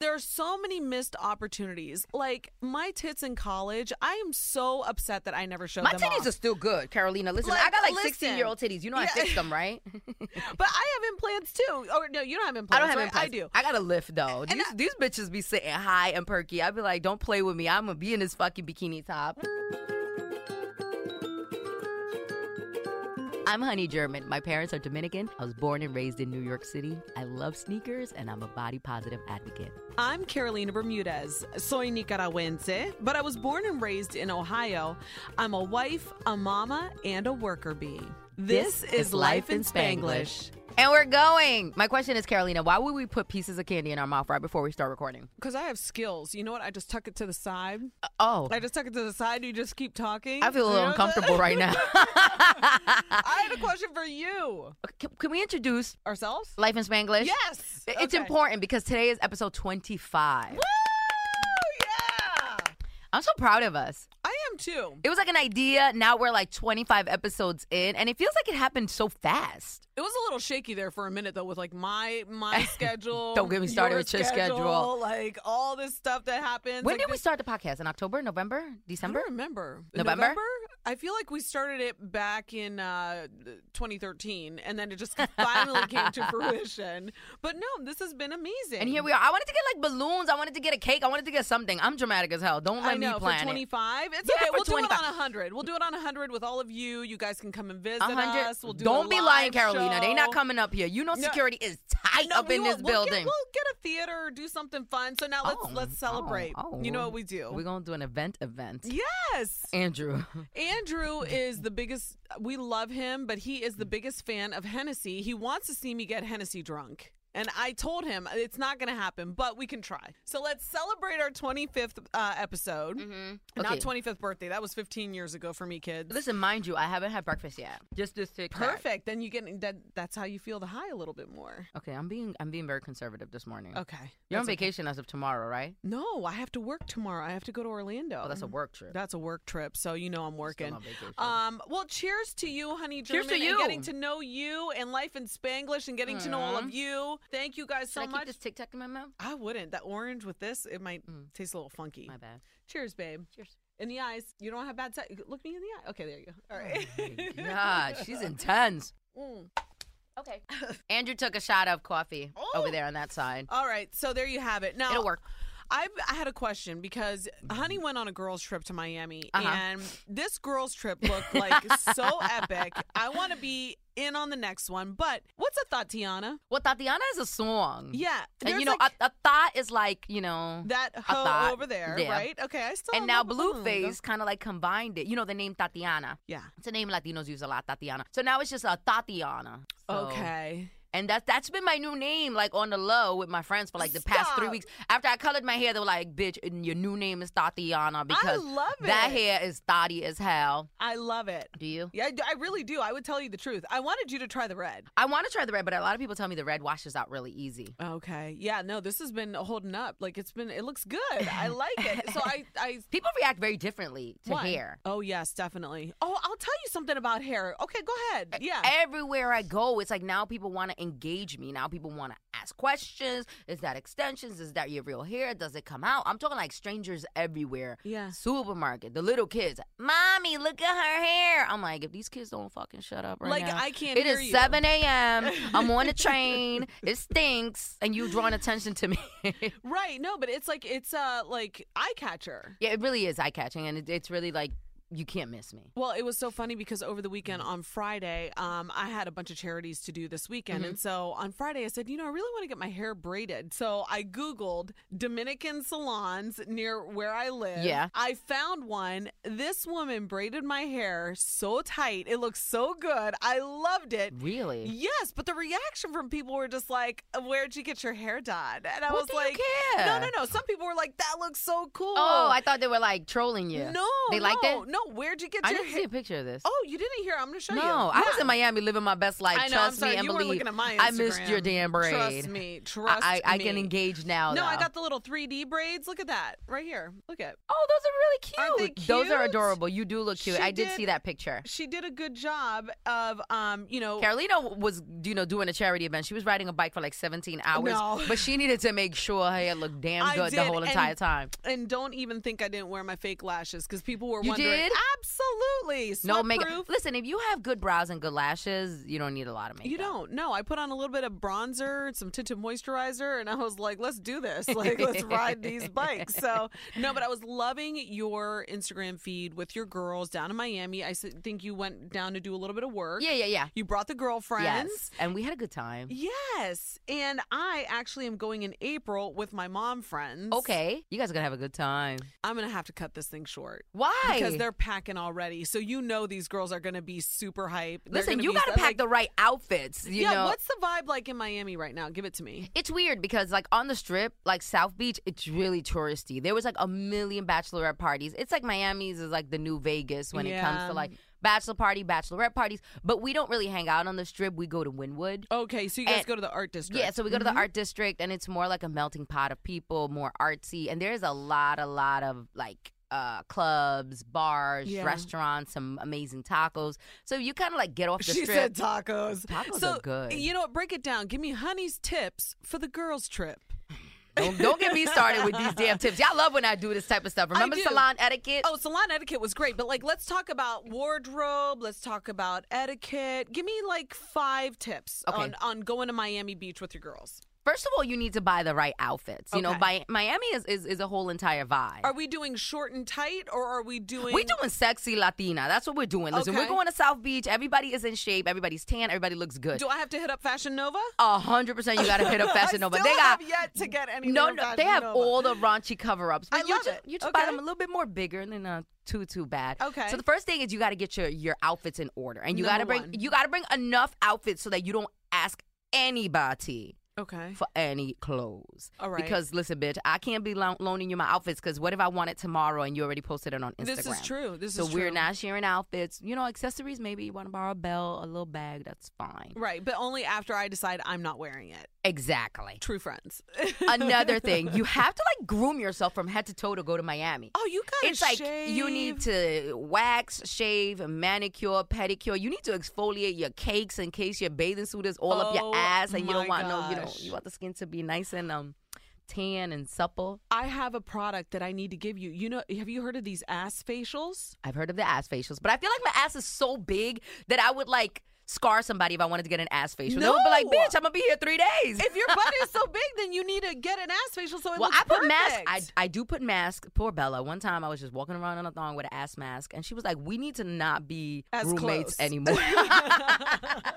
there are so many missed opportunities. Like my tits in college, I am so upset that I never showed My them. titties off. are still good, Carolina. Listen, Like, I got like listen. 16 year old titties. You know I Yeah. fixed them, right? but I have implants too. Or no, you don't have implants. I don't have right? I implants. do. I got a lift though. These, these bitches be sitting high and perky. I'd be like, don't play with me. I'm gonna be in this fucking bikini top. I'm Honey German. My parents are Dominican. I was born and raised in New York City. I love sneakers and I'm a body positive advocate. I'm Carolina Bermudez. Soy Nicaragüense, but I was born and raised in Ohio. I'm a wife, a mama, and a worker bee. This, is Life in Spanglish. And we're going. My question is, Carolina, why would we put pieces of candy in our mouth right before we start recording? Because I have skills. You know what? I just tuck it to the side. Oh, I just tuck it to the side. You just keep talking. I feel a You little know? uncomfortable right now. I had a question for you. can, can we introduce Ourselves? Life in Spanglish? Yes. I- It's Okay. important because today is episode 25. Woo! Yeah. I'm so proud of us. I am too. It was like an idea. Now we're like 25 episodes in, and it feels like it happened so fast. It was a little shaky there for a minute though, with like my my schedule. Don't get me started your with your schedule. Like all this stuff that happens. When like did we this- start the podcast? In October, November, I December? don't remember. November? I feel like we started it back in uh, 2013, and then it just finally came to fruition. But no, this has been amazing. And here we are. I wanted to get like balloons. I wanted to get a cake. I wanted to get something. I'm dramatic as hell. Don't let I know me plan for it. 25. It's Yeah, okay. for We'll do 25. it on 100. We'll do it on 100 with all of you. You guys can come and visit 100. us. We'll do not a be lying, live Carolina. They show. not coming up here. You know No. security is tight No, up we in will- this we'll get- building. we'll get a theater or do something fun. So now let's Oh, let's oh, celebrate. oh. You know what we do. We're gonna do an event event. yes. Andrew. Andrew is the biggest we love him, but he is the biggest fan of Hennessy. He wants to see me get Hennessy drunk. And I told him it's not going to happen, but we can try. So let's celebrate our 25th uh, episode. Mm-hmm. Okay. Not 25th birthday. That was 15 years ago for me, kids. Listen, mind you, I haven't had breakfast yet. Just this tic Tac. Perfect. Then you get that. That's how you feel the high a little bit more. Okay, I'm being I'm being very conservative this morning. Okay. You're on That's okay. vacation as of tomorrow, right? No, I have to work tomorrow. I have to go to Orlando. Oh, that's a work trip. Mm-hmm. That's a work trip, so you know I'm working. on vacation. Um, well, cheers to you, honey. Cheers to German, And you. getting to know you and life in Spanglish and getting to know all of you. Thank you guys so Should I keep much. this Tic Tac in my mouth? I wouldn't. That orange with this, it might taste a little funky. My bad. Cheers, babe. Cheers. In the eyes. You don't have bad sight. Look me in the eye. Okay, there you go. All Oh, right. God, she's intense. Mm. Okay. Andrew took a shot of coffee Oh. over there on that side. All right. So there you have it. Now It'll work. I've, I had a question because Honey went on a girls' trip to Miami, Uh-huh. and this girls' trip looked like so epic. I want to be in on the next one, but what's a thought, Tiana? Well, Tatiana is a song. Yeah, And there's you know, like a, a thought is like, you know. that hoe thought, over there, yeah. right? Okay, I still have and now a balloon. Blueface kind of like combined it. You know, the name Tatiana. Yeah. It's a name Latinos use a lot, Tatiana. So now it's just a Tatiana. So- Okay. And that's that's been my new name, like on the low with my friends for like the past three Stop. weeks. After I colored my hair, they were like, "Bitch, and your new name is Tatiana because love that it. hair is thotty as hell." I love it. Do you? Yeah, I d- I really do. I would tell you the truth. I wanted you to try the red. I want to try the red, but a lot of people tell me the red washes out really easy. Okay. Yeah. No, this has been holding up. Like it's been. It looks good. I like it. So I. I People react very differently to One. hair. Oh yes, E, definitely. Oh, I'll tell you something about hair. Okay, go ahead. Yeah. Everywhere I go, it's like now people want to engage me. Now people want to ask questions. Is that extensions? Is that your real hair? Does it come out? I'm talking like strangers everywhere. Yeah. Supermarket, the little kids. Mommy, look at her hair. I'm like, if these kids don't fucking shut up right Like, now. I can't It hear is you. 7 a.m. I'm on a train. it stinks. And you drawing attention to me. Right. No, but it's like it's uh like eye catcher. yeah, it really is eye catching. And it, it's really like, you can't miss me. Well, it was so funny because over the weekend Mm. on Friday, um, I had a bunch of charities to do this weekend. And Mm-hmm. so on Friday, I said, you know, I really want to get my hair braided. So I Googled Dominican salons near where I live. Yeah. I found one. This woman braided my hair so tight. It looked so good. I loved it. Really? Yes, but the reaction from people were just like, "Where'd you get your hair done?" And I What was do you like, care? "No, no, no." Some people were like, "That looks so cool." Oh, I thought they were like trolling you. no, They liked no, it? No, where'd you get I your didn't hair? see a picture of this. Oh, you didn't hear? I'm gonna show no, you. I was Yeah. in Miami living my best life. I know. Trust I'm sorry. me and you believe. weren't looking at my Instagram. I missed your damn braid. Trust me. Trust I, I, I me. can engage now. No, I though. got the little 3D braids. Look at that right here. Look at. Oh, those are Aren't really they cute. Those are cute? adorable. You do look cute. She I did, did- see that picture. She did a good job of, um, you know, Carolina was, you know, doing a charity event. She was riding a bike for like 17 hours, No. but she needed to make sure her hair looked damn I good the did, whole and- entire time. And don't even think I didn't wear my fake lashes because people were You wondering. did? Absolutely. No makeup. Sweatproof. Listen, if you have good brows and good lashes, you don't need a lot of makeup. You don't. No, I put on a little bit of bronzer, some tinted moisturizer, and I was like, let's do this. Like, let's ride these bikes. So, no, but I was loving your Instagram feed with your girls down in Miami. I s- think you went down to do a little bit of work. Yeah, yeah, yeah. You brought the girlfriends. Yes, and we had a good time. Yes. And I actually am going in April with my mom friends. Okay, you guys are gonna have a good time. I'm going to have to cut this thing short. Why? Because they're packing already. So you know these girls are going to be super hype. They're listen. gonna You be- gotta pack like- the right outfits. You yeah, know, what's the vibe like in Miami right now? Give it to me. It's weird because like on the strip, like South Beach, it's really touristy. There was like a million bachelorette parties. It's like Miami's is like the new Vegas when it comes Yeah. to like bachelor party, bachelorette parties. But we don't really hang out on the strip. We go to Wynwood. Okay, so you guys And- go to the art district. Mm-hmm. Yeah, so we go to the art district and it's more like a melting pot of people, more artsy. And there's a lot, a lot of like uh, clubs, bars, Yeah. restaurants, some amazing tacos. So you kind of like get off the She strip. said tacos. Tacos so, are good. You know what? Break it down. Give me honey's tips for the girls' trip. Don't, don't get me started with these damn tips. Y'all love when I do this type of stuff. Remember do. salon etiquette? Oh, salon etiquette was great, but like, let's talk about wardrobe. Let's talk about etiquette. Give me like five tips Okay. on, on going to Miami Beach with your girls. First of all, you need to buy the right outfits. You know, Okay. by, Miami is, is, is a whole entire vibe. Are we doing short and tight, or are we doing? we doing sexy Latina. That's what we're doing. Listen, Okay. we're going to South Beach. Everybody is in shape. Everybody's tan. Everybody looks good. Oh, Do I have to hit up Fashion Nova? A hundred percent, you got to hit up Fashion Nova. I They still got have yet to get any. no, no. They have all the raunchy cover-ups. But I you love just, it. You just buy Okay. them a little bit more bigger than uh, too too bad. Okay. So the first thing is you got to get your your outfits in order, and you got to Number bring one. you got to bring enough outfits so that you don't ask anybody Okay. for any clothes. All right. Because listen, bitch, I can't be lo- loaning you my outfits. Because what if I want it tomorrow and you already posted it on Instagram? This is true. This So is we're true. not sharing outfits. You know, accessories. Maybe you want to borrow a belt, a little bag. That's fine. Right, but only after I decide I'm not wearing it. Exactly. True friends. Another thing, you have to like groom yourself from head to toe to go to Miami. Oh, you gotta It's like you need shave. to wax, shave, manicure, pedicure. You need to exfoliate your cakes in case your bathing suit is all up Oh, your ass, and you don't my want no. You gosh. don't. You want the skin to be nice and um, tan and supple. I have a product that I need to give you. You know, have you heard of these ass facials? I've heard of the ass facials, but I feel like my ass is so big that I would like scar somebody if I wanted to get an ass facial. They would be like, No. "Bitch, I'm gonna be here three days." If your butt is so big, then you need to get an ass facial so it well, looks I put masks. perfect. I, I do put masks. Poor Bella. One time I was just walking around on a thong with an ass mask, and she was like, "We need to not be As close. roommates anymore." it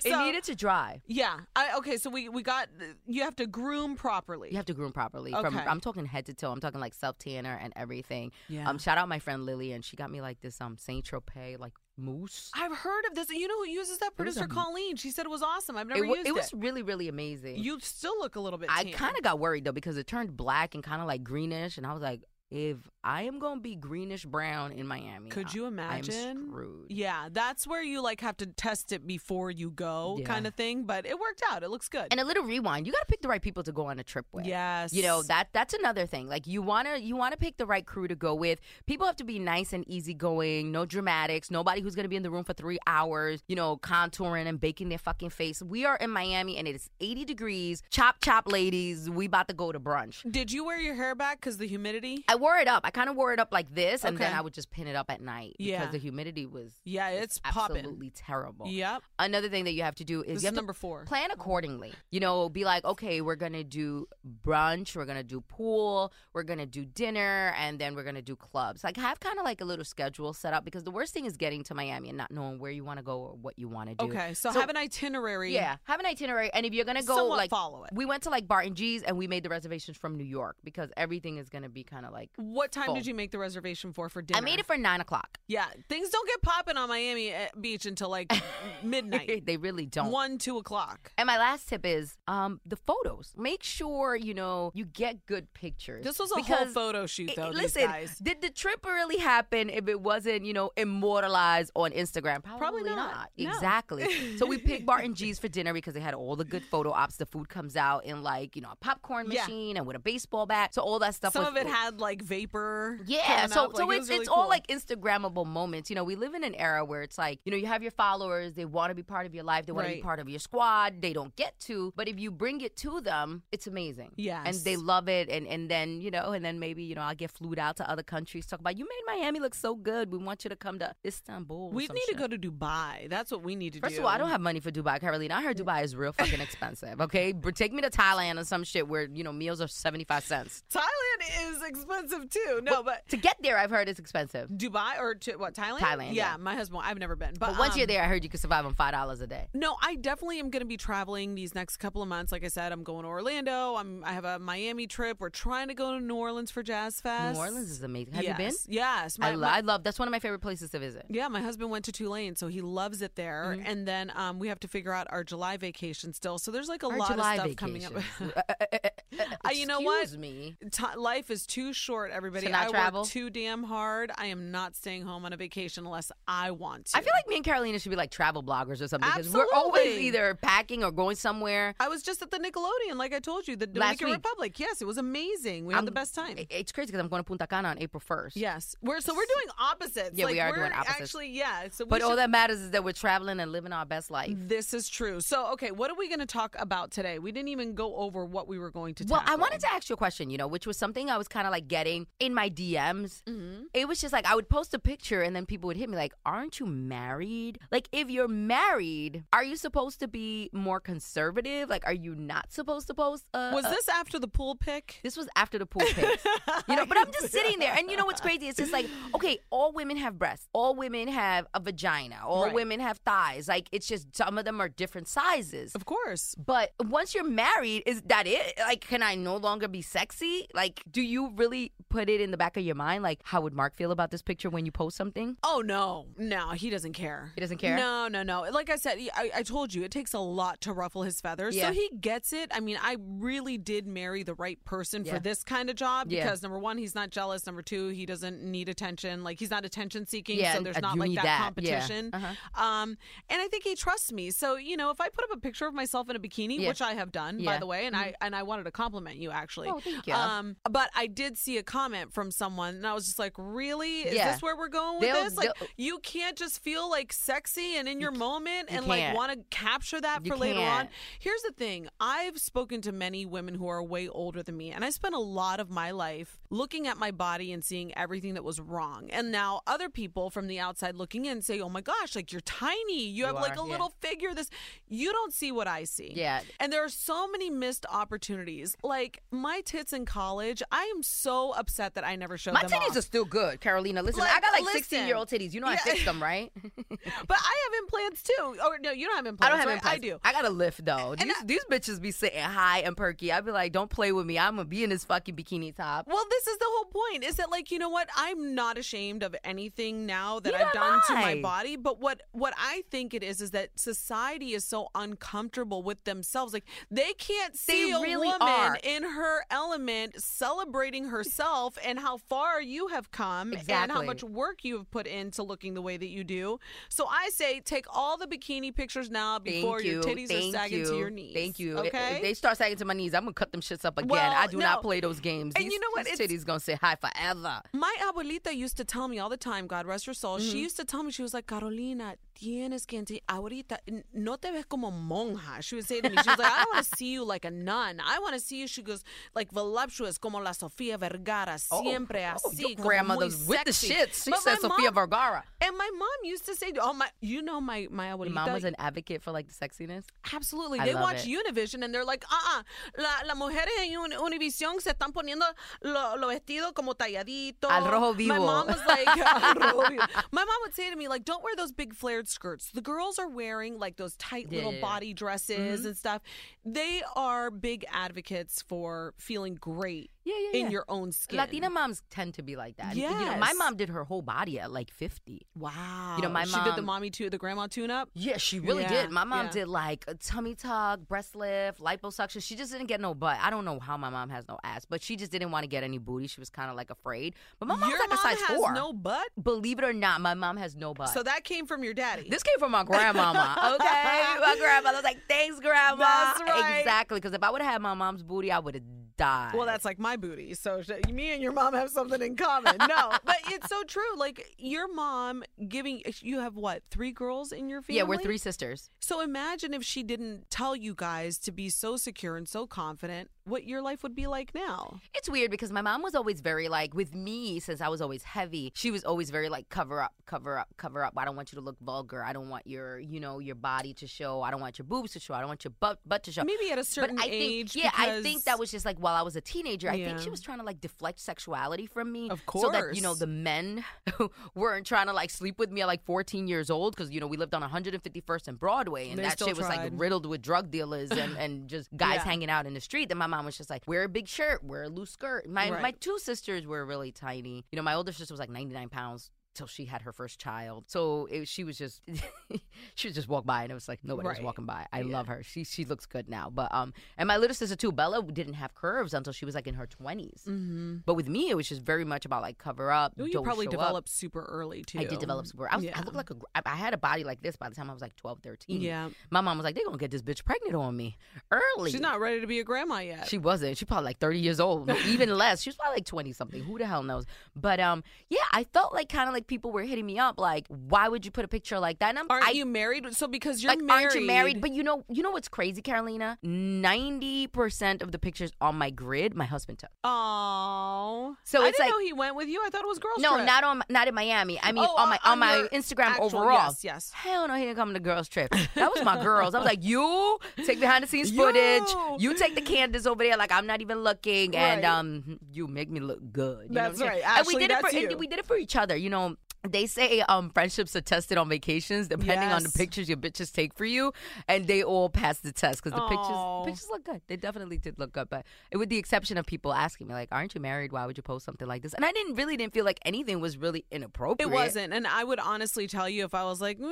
So- needed to dry. yeah. I, okay, so we we got you have to groom properly. You have to groom properly. From Okay. I'm talking head to toe. I'm talking like self tanner and everything. Yeah. Um, shout out my friend Lillian. She got me like this um Saint Tropez like mousse. I've heard of this. You know who uses that? was Producer a- Colleen. She said it was awesome. I've it, never wa- used it was really really amazing. You still look a little bit. I tan. kind of got worried though because it turned black and kind of like greenish, and I was like, if I am gonna be greenish brown in Miami, Could you imagine? I'm screwed. Yeah, that's where you like have to test it before you go, Yeah. kind of thing. But it worked out. It looks good. And a little rewind. You got to pick the right people to go on a trip with. Yes. You know that that's another thing. Like you wanna you wanna pick the right crew to go with. People have to be nice and easygoing. No dramatics. Nobody who's gonna be in the room for three hours. You know, contouring and baking their fucking face. We are in Miami and it is 80 degrees. Chop chop, ladies. We about to go to brunch. Did you wear your hair back because the humidity? I wore it up. I kind of wore it up like this, and then Okay. I would just pin it up at night Yeah. because the humidity was Yeah, it's popping. absolutely terrible. Yep. Another thing that you have to do is This you have is to number four. plan accordingly. You know, be like, okay, we're gonna do brunch, we're gonna do pool, we're gonna do dinner, and then we're gonna do clubs. Like have kind of like a little schedule set up because the worst thing is getting to Miami and not knowing where you want to go or what you want to do. Okay, so, have an itinerary. Yeah, have an itinerary, and if you're gonna go, Somewhat like follow it. We went to like Barton G's, and we made the reservations from New York because everything is gonna be kind of like. What time Full. did you make the reservation for for dinner? I made it for nine o'clock. Yeah, things don't get popping on Miami uh, Beach until like midnight, they really don't. one, two o'clock. And my last tip is um, the photos. Make sure you know you get good pictures. This was a whole Because photo shoot, it- though. these listen, guys. did the trip really happen if it wasn't you know immortalized on Instagram? Probably, not. No. Exactly. so we picked Barton G's for dinner because they had all the good photo ops. The food comes out in like you know a popcorn Yeah. machine and with a baseball bat. So all that stuff. Some was of it had like vapor. yeah, coming so up, so like, it it's was really it's all cool. like Instagrammable moments. You know, we live in an era where it's like, you know, you have your followers, they want to be part of your life, they want to Right. be part of your squad, they don't get to, but if you bring it to them, it's amazing. And Yes. they love it and and then, you know, and then maybe, you know, I'll get flued out to other countries talk about you made Miami look so good. We want you to come to Istanbul. or we some need shit. to go to Dubai. That's what we need to First do. of all, I don't have money for Dubai, Carolina. I heard Dubai is real fucking expensive. Okay, Br- take me to Thailand or some shit where you know meals are seventy five cents. Thailand is expensive too. No, but To get there, I've heard it's expensive. Dubai or to, what Thailand? Thailand, Yeah, yeah. my husband. I've never been, but, But once um, you're there, I heard you could survive on five dollars a day. No, I definitely am going to be traveling these next couple of months. Like I said, I'm going to Orlando. I'm I have a Miami trip. We're trying to go to New Orleans for Jazz Fest. New Orleans is amazing. Have yes. you been? Yes, my- I, lo- my- I love. That's one of my favorite places to visit. Yeah, my husband went to Tulane, so he loves it there. Mm-hmm. And then um, we have to figure out our July vacation still. So there's like a Our lot July of stuff coming vacations. up. Uh, you know what? Excuse me. Ti- life is too short, everybody. To not I travel? work too damn hard. I am not staying home on a vacation unless I want to. I feel like me and Carolina should be like travel bloggers or something because we're always Absolutely. either packing or going somewhere. I was just at the Nickelodeon, like I told you, the Last Dominican week. Republic. Yes, it was amazing. We had the best time. I- It's crazy because I'm going to Punta Cana on April 1st. Yes, we're so we're doing opposites. Yeah, we Like, are doing we're opposites. Actually, yeah. So, we But all should- that matters is that we're traveling and living our best life. This is true. So, okay, what are we going to talk about today? We didn't even go over what we were going to. Well, I tackle. wanted to ask you a question, you know, which was something I was kind of like getting in my DMs. Mm-hmm. It was just like I would post a picture and then people would hit me like, "Aren't you married?" Like if you're married, are you supposed to be more conservative? Like are you not supposed to post uh, Was uh, this after the pool pick? this was after the pool pics. you know, but I'm just sitting there and you know what's crazy? It's just like, okay, all women have breasts. All women have a vagina. All Right. women have thighs. Like it's just some of them are different sizes. Of course. But once you're married, is that it? Like, can I no longer be sexy? Like, do you really put it in the back of your mind? Like, how would Mark feel about this picture when you post something? Oh no, no, he doesn't care. He doesn't care? No, no, no. Like I said, he- I, I told you it takes a lot to ruffle his feathers. Yeah. So he gets it. I mean, I really did marry the right person Yeah. for this kind of job Yeah. because number one, he's not jealous. Number two, he doesn't need attention. Like he's not attention seeking. Yeah, so and, there's uh, not you like need that, that. Yeah. Uh-huh. competition. Um, and I think he trusts me. So you know, if I put up a picture of myself in a bikini, Yeah. which I have done by Yeah. Mm-hmm. the way, and I and I wanted to compliment you actually. Oh, thank you. Um, but I did see a comment from someone, and I was just like, really? Is Yeah. this where we're going? with They'll- this? Like, they'll- you can't just feel like sexy and in your moment you and like can't. want to capture that You for later on. can't. Here's the thing I've spoken to many women who are way older than me, and I spent a lot of my life looking at my body and seeing everything that was wrong. And now other people from the outside looking in say, oh my gosh, like you're tiny. You, have like are, a yeah. little figure. This, you don't see what I see. Yeah. And there are so many missed opportunities. Like my tits in college, I am so upset that I never showed My them. titties off. are still good, Carolina. Listen, Like, I got like listen. 16 year old titties. You know I Yeah. fixed them, right? But I have implants too. Or no, you don't have implants. I don't have right? implants. I do. I got a lift though. These, these bitches be sitting high and perky. I'd be like, don't play with me. I'm gonna be in this fucking bikini top. Well, this is the whole point. Is that like you know what? I'm not ashamed of anything now that Neither I've done to am my I. body. But what what I think it is is that society is so uncomfortable with themselves. Like they can't see a really woman are. in her element celebrating herself and how far you have come and how Exactly. much work you have put into looking the way that you do. So I say take all the bikini pictures now before Thank you. your titties Thank are sagging you. to your knees. Thank you. If- Okay. If they start sagging to my knees, I'm gonna cut them shits up again. Well, I do not no. play those games. And these, you know what? These It's- titties gonna say hi forever. My abuelita used to tell me all the time, God rest her soul. Mm-hmm. She uste to tell me, she was like, Carolina, tienes que enti- ahorita n- no te ves como monja. She would say to me, she was like, I don't want to see you like a nun. I want to see you, she goes, like voluptuous, como la Sofia Vergara, siempre Oh, así. your como grandmother's muy with the sexy." shits. She But said my Sofia mom- Vergara. And my mom used to say, oh my, you know, my my abuelita. Your mom was an advocate for like the sexiness. Absolutely. I they love watch it. Univision and they're like, uh-uh, la, las mujeres en Uni- Univision se están poniendo lo, lo vestido como talladito. Al rojo My vivo. mom was like, "Al rojo vivo." my mom would say to me, like, don't wear those big flared skirts. The girls are wearing like those tight little Yeah, yeah, Mm-hmm. yeah. body dresses and stuff. They are big advocates for feeling great Yeah, yeah, in yeah. your own skin. Latina moms tend to be like that. You know, my Yes. mom did her whole body at like 50. Wow. You know, my she did the mom- mommy too, the grandma tune up. Yeah, she really Yeah, did. My mom yeah. did like a tummy tuck, breast lift, liposuction. She just didn't get no butt. I don't know how my mom has no ass, but she just didn't want to get any booty. She was kind of like afraid. But my mom's Your like mom a size has four. no butt. Believe it or not, my mom has no butt. So that came from your daddy. This came from my grandmama, okay? my grandmother was like, thanks, grandma. That's right. Exactly, because if I would have had my mom's booty, I would have died. Well, that's like my booty. So sh- me and your mom have something in common. No, but it's so true. Like your mom giving uh, you have what three girls in your family? Yeah, we're three sisters. So imagine if she didn't tell you guys to be so secure and so confident, what your life would be like now. It's weird because my mom was always very like with me since I was always heavy. She was always very like cover up, cover up, cover up. I don't want you to look vulgar. I don't want your, you know, your body to show. I don't want your boobs to show. I don't want your butt butt to show. Maybe at a certain but I age. think, yeah, I because- think that was just like while I was a teenager. I Yeah. think she was trying to like deflect sexuality from me, Of so that you know course. the men weren't trying to like sleep with me at like 14 years old because you know we lived on 151st and Broadway, and They that still shit was like tried. riddled with drug dealers and and just guys Yeah. hanging out in the street. Then my mom was just like, wear a big shirt, wear a loose skirt. My my Right. two sisters were really tiny. You know, my older sister was like 99 pounds. Till she had her first child, so it, she was just she would just walk by, and it was like nobody was Right. walking by. I love her. She she looks good now, but um, and my little sister too, Bella didn't have curves until she was like in her 20s But with me, it was just very much about like cover up. Mm-hmm. Well, you don't probably show up. developed super early too. I did develop super. I, was, I Yeah. looked like a. gr- I I had a body like this by the time I was like 12, 13. Yeah. My mom was like, "They gonna get this bitch pregnant on me early." She's not ready to be a grandma yet. She wasn't. She probably like 30 years old, no, even less. She was probably like 20 something. Who the hell knows? But um, yeah, I felt like kind of like people were hitting me up, like, "Why would you put a picture like that?" And I'm, aren't I, you married? So because you're like, married, aren't you married? But you know, you know what's crazy, Carolina? Ninety percent of the pictures on my grid, my husband took. oh, So I it's didn't like- know he went with you. I thought it was girls. No, trip. not on, not in Miami. I mean, Oh, on my on on my your Instagram actual- overall. yes, yes. Hell no, he didn't come to girls trip. That was my girls. I was like, you take behind the scenes footage. You. You take the candles over there, like I'm not even looking, and Right. um, you make me look good. You know That's what I'm saying? right. and Actually, we did it that's for you. and we did it for each other. You know. They say um, friendships are tested on vacations, depending on the Yes. pictures your bitches take for you, and they all pass the test because the Aw. pictures pictures look good. They definitely did look good, but it, with the exception of people asking me like, "Aren't you married? Why would you post something like this?" And I didn't really didn't feel like anything was really It inappropriate. wasn't, and I would honestly tell you if I was like, "Mm,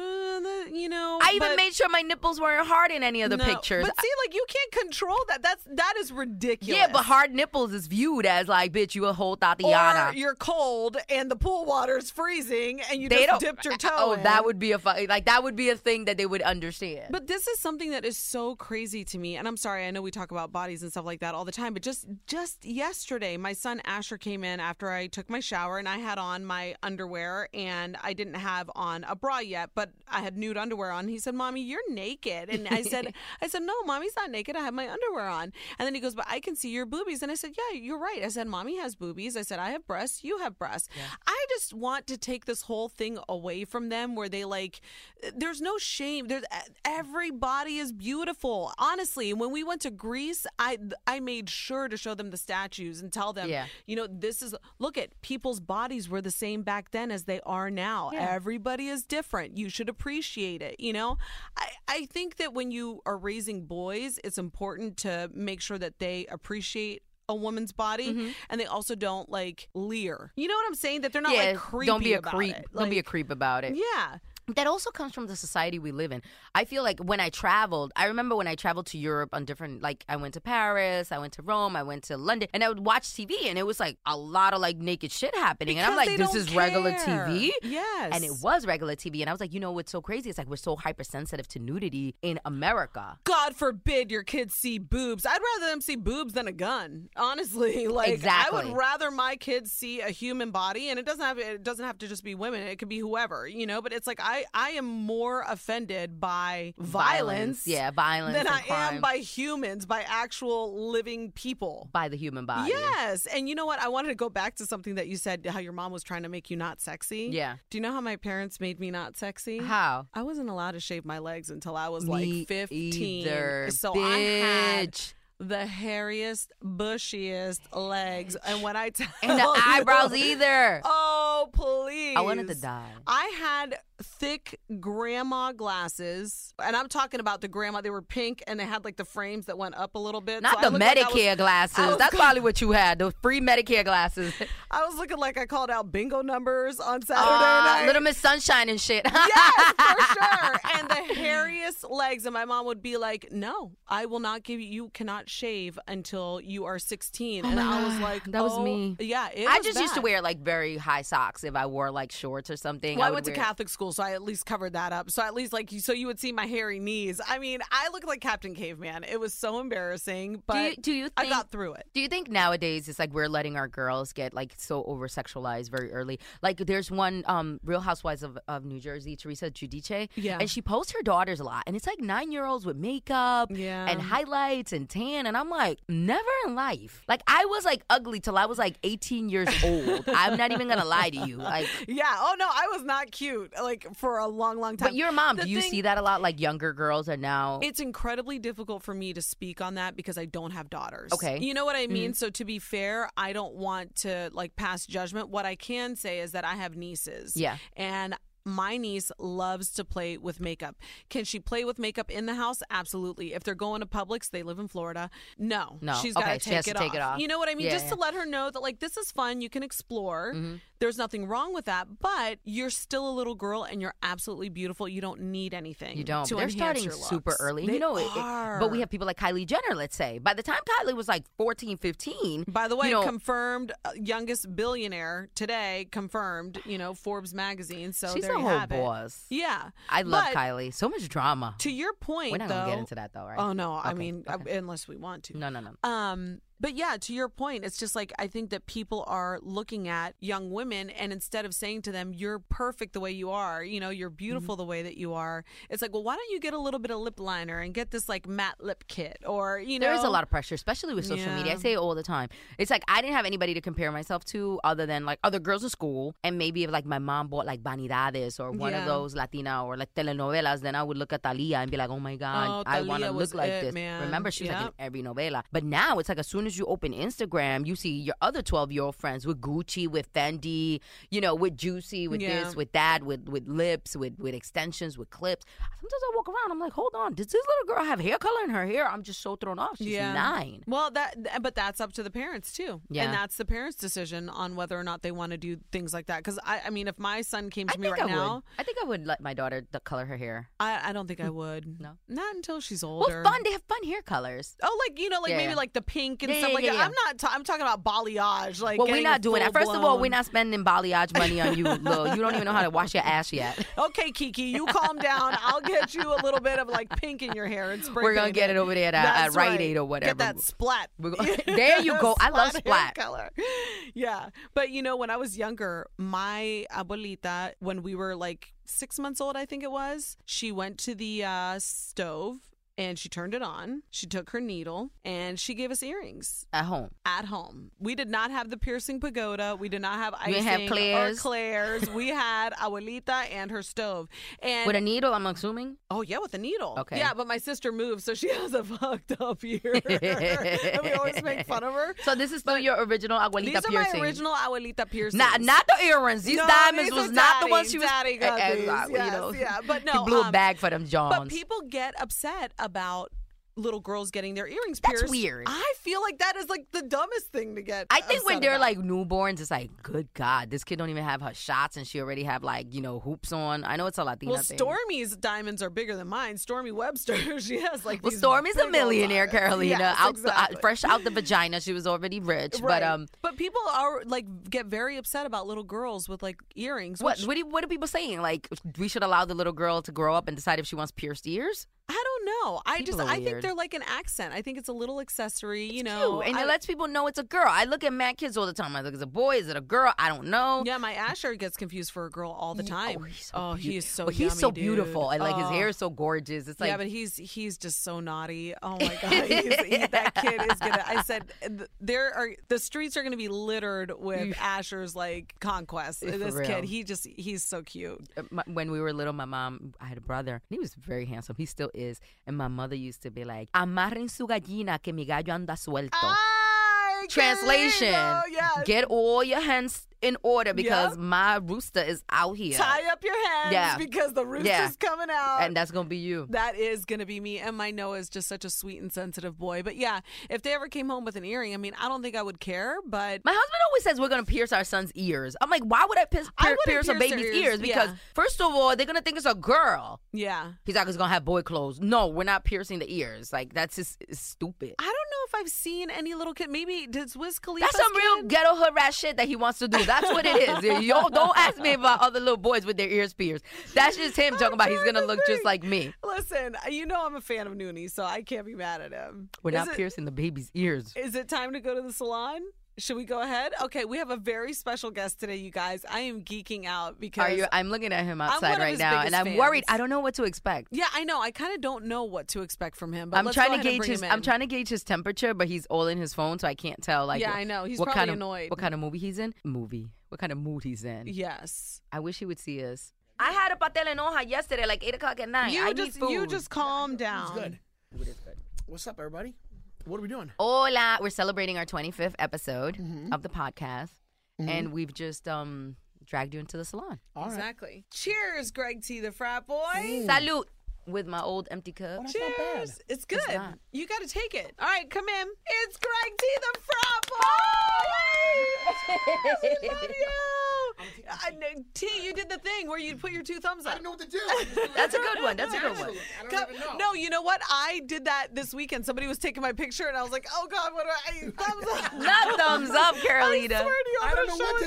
the- you know, I even but made sure my nipples weren't hard in any of the no." pictures. But see, like you can't control that. That's that is ridiculous. yeah, but hard nipples is viewed as like, bitch, you a whole Or Tatiana. you're cold and the pool water's freezing, and you they just don't. dipped your toe. Oh, in. that would be a fu- like that would be a thing that they would understand. But this is something that is so crazy to me. And I'm sorry, I know we talk about bodies and stuff like that all the time, but just just yesterday, my son Asher came in after I took my shower and I had on my underwear and I didn't have on a bra yet, but I had nude underwear on. He said, "Mommy, you're naked." And I said, I said, "No, Mommy's not naked. I have my underwear on." And then he goes, "But I can see your boobies." And I said, "Yeah, you're right." I said, "Mommy has boobies." I said, "I have breasts. You have breasts." I just want to take this whole thing away from them where they like there's no shame. There's e, everybody is beautiful. Honestly, when we went to Greece, I I made sure to show them the statues and tell them, Yeah. you know, this is look at people's bodies were the same back then as they are now. Everybody is different. You should appreciate it, you know? I I think that when you are raising boys, it's important to make sure that they appreciate a woman's body, Mm-hmm. and they also don't like leer. You know what I'm saying? That they're not like creepy. don't be a about creep. it. don't be a Like, creep about it. Yeah. that also comes from the society we live in. I feel like when I traveled, I remember when I traveled to Europe on different, like I went to Paris, I went to Rome, I went to London, and I would watch TV, and it was like a lot of like naked shit happening, and I'm Because like, they this don't is regular care. TV. Yes. And it was regular TV, and I was like, you know what's so crazy? It's like we're so hypersensitive to nudity in America. God forbid your kids see boobs. I'd rather them see boobs than a gun. Honestly, like I Exactly. would rather my kids see a human body, and it doesn't have it doesn't have to just be women. It could be whoever, you know. But it's like I I am more offended by violence, yeah, violence than and I am crime. by humans, by actual living people. By the human body. Yes, and you know what? I wanted to go back to something that you said. How your mom was trying to make you not sexy. Yeah. Do you know how my parents made me not sexy? How? I wasn't allowed to shave my legs until I was Me like 15. either, So I had bitch. the hairiest, bushiest legs. And when I tell And the you- eyebrows either. Oh, please. I wanted to die. I had thick grandma glasses. And I'm talking about the grandma. They were pink and they had like the frames that went up a little bit. Not So I the looked like I was- Medicare I was glasses. That's go- probably what you had. Those free Medicare glasses. I was looking like I called out bingo numbers on Saturday Ah, night. Little Miss Sunshine and shit. yes, for sure. And the hairiest legs. And my mom would be like, No, I will not give you, you cannot shave until you are 16. and I was like, Oh that was "Oh, me. Yeah. It I was just used to bad. wear like very high socks if I wore like shorts or something. Well, I, would went to wear- Catholic school, so I at least covered that up. So at least, like, you- so you would see my hairy knees. I mean, I looked like Captain Caveman. It was so embarrassing, but you- do you I think- got through it. Do you think nowadays it's like we're letting our girls get like so over sexualized very early? Like there's one um Real Housewives of, of New Jersey, Teresa Giudice. Yeah. And she posts her daughters a lot. And it's like nine year olds with makeup Yeah. and highlights and tan. And I'm like, never in life. Like I was like ugly till I was like 18 years old. I'm not even gonna lie to you. Like Yeah. Oh no, I was not cute like for a long, long time. But your mom, The do you thing- see that a lot? Like younger girls are now It's incredibly difficult for me to speak on that because I don't have daughters. Okay. Mm-hmm. You know what I mean? So to be fair, I don't want to like pass judgment. What I can say is that I have nieces. Yeah. And my niece loves to play with makeup. Can she play with makeup in the house? Absolutely. If they're going to Publix, they live in Florida. No. No. She's got Okay, to she take, has it, to take off. it off. You know what I mean? Yeah, Just yeah. Mm-hmm. to let her know that like this is fun, you can explore. There's nothing wrong with that, but you're still a little girl and you're absolutely beautiful. You don't need anything. You don't. to They're enhance starting your super looks. early. And They you know, it- it- are. but we have people like Kylie Jenner, let's say. By the time Kylie was like 14, 15. By the way, you know, confirmed uh, youngest billionaire today. Confirmed. You know, Forbes magazine. So she's there a you whole have it. boss. Yeah, I love But Kylie. So much drama. To your point, We're not though. going to get into that, though, right? Oh no, I Okay, mean, uh, okay. unless we want to. No, no, no. Um, but yeah, to your point, it's just like I think that people are looking at young women, and instead of saying to them, "You're perfect the way you are," you know, Mm-hmm. "You're beautiful the way that you are," it's like, well, why don't you get a little bit of lip liner and get this like matte lip kit, or you know, There is a lot of pressure, especially with social media. I Yeah. say it all the time. It's like I didn't have anybody to compare myself to other than like other girls in school, and maybe if like my mom bought like Vanidades or one Yeah. of those Latina or like telenovelas, then I would look at Talia and be like, oh my god, Oh, I want Thalia to look was like it, this. man. Remember, she was like Yep. in every novela. But now it's like as soon as you open Instagram, you see your other twelve year old friends with Gucci, with Fendi, you know, with Juicy, with Yeah. this, with that, with with lips, with with extensions, with clips. Sometimes I walk around, I'm like, hold on, does this little girl have hair color in her hair? I'm just so thrown off. She's nine. Well, that th- but that's up to the parents too, Yeah. and that's the parents' decision on whether or not they want to do things like that. Because I, I mean, if my son came to I me think right I would. now, I think I would let my daughter th- color her hair. I, I don't think I would. Hmm. No. not until she's Well, older. fun. They have fun hair colors. Oh, like you know, like Yeah, maybe yeah. like the pink and Yeah, stuff yeah, like yeah, that. yeah. I'm not. ta- I'm talking about balayage. Like, well, we're getting not a doing that. First of all, we're full-blown- not spending balayage money on you, Lil. You don't even know how to wash your ass yet. Okay, Kiki, you calm down. I'll get you a little bit of like pink in your hair and spray. We're gonna paint get it over there at, uh, That's at Rite right. Aid or whatever. Get that splat. We're go- There you go. I love hair splat. color. Yeah, but you know, when I was younger, my abuelita, when we were like six months old, I think it was, she went to the uh, stove and she turned it on. She took her needle and she gave us earrings. at home. at home. We did not have the piercing pagoda. We did not have You icing didn't have or Claire's? Claire's. we had abuelita and her stove. And With a needle, I'm assuming. oh yeah, with a needle. Okay. Yeah, but my sister moved, so she has a fucked up ear. and we always make fun of her. So this is still your original abuelita these are piercing. my original abuelita piercings. Not, not the earrings. These No, diamonds these was are not the daddy- ones she was. daddy got Eh, eh, these. exactly, you Yes, know. yeah, but He no, blew um, a bag for them, Johns. But people get upset about little girls getting their earrings That's pierced. weird. I feel like that is like the dumbest thing to get. I think when upset they're about. like newborns, it's like, good God, this kid don't even have her shots, and she already have like you know hoops on. I know it's a Latina Well, thing. Stormy's diamonds are bigger than mine. Stormy Webster, she has like. Well, these Stormy's big a old millionaire, diamonds. Carolina. Yes, out the, exactly. out- fresh out the vagina, she was already rich. Right. But um, but people are like get very upset about little girls with like earrings. what which- what, do, what are people saying? Like we should allow the little girl to grow up and decide if she wants pierced ears. I don't know. I People just are I think weird. they're like an accent. I think it's a little accessory. you know, Cute. and Oh, I- it lets people know it's a girl. I look at mad kids all the time. I look, is it a boy? Is it a girl? I don't know. yeah, my Asher gets confused for a girl all the time. Oh, he's so, he is so. But he's yummy, so dude. beautiful, and like his Oh. hair is so gorgeous. It's like yeah, but he's he's just so naughty. Oh my god, he's, he, that kid is gonna. I said th- there are the streets are gonna be littered with Asher's like conquests. Mm. For This real. kid, he just he's so cute. uh, my, when we were little, my mom, I had a brother, and he was very handsome. He still is. And my mother used to be like, "Amarren su gallina, que mi gallo anda suelto." Ah, Ay, qué Translation: lindo, yes. Get all your hands in order because Yep. my rooster is out here, tie up your hands Yeah. because the rooster's Yeah. coming out. and that's gonna be you. That is going to be me. And my Noah is just such a sweet and sensitive boy. But yeah, if they ever came home with an earring, I mean, I don't think I would care, but My husband always says we're gonna pierce our son's ears. I'm like, why would I pierce, I pier- wouldn't pierce a pierce their baby's ears, ears? Because yeah. first of all, they're gonna think it's a girl. yeah. He's like, it's gonna have boy clothes. No, we're not piercing the ears. Like that's just it's stupid. I don't know if I've seen any little kid. Maybe does Wiz Khalifa? That's some real ghetto hood rat shit that he wants to do. That's what it is. Yo, don't ask me about other little boys with their ears pierced. That's just him talking about he's trying gonna to look just think. like me. Listen, you know I'm a fan of Noonie, so I can't be mad at him. We're is not it, piercing the baby's ears. Is it time to go to the salon? Should we go ahead? Okay, we have a very special guest today, you guys. I am geeking out because Are you? I'm looking at him one outside of right his now, biggest and I'm fans. worried. I don't know what to expect. yeah, I know. I kind of don't know what to expect from him. But I'm let's go trying to ahead and gauge bring his. him I'm in. trying to gauge his temperature, but he's all in his phone, so I can't tell. Like, Yeah, I know. He's what probably kind of, annoyed. What kind of movie he's in? Movie. What kind of mood he's in? Yes. I wish he would see us. I had a patel en hoja yesterday, like eight o'clock at night. You I just need food. you just calm down. good. What's up, everybody? What are we doing? Hola, we're celebrating our 25th episode of the podcast, and we've just um dragged you into the salon. All right. Exactly. Cheers, Greg T, the frat boy. Salute with my old empty cup. That's not bad. Cheers. It's good. not. you got to take it. All right, come in. It's Greg T, the frat boy. we love you. I, kn- T, you did the thing where you put your two thumbs I up. didn't know what to do. That's a good one. That's a good one. I don't Come- even know. No, you know what? I did that this weekend. Somebody was taking my picture, and I was like, "Oh God, what do I?" Thumbs up. Not thumbs up, I Carolina. swear to you, I'm I don't gonna know show what it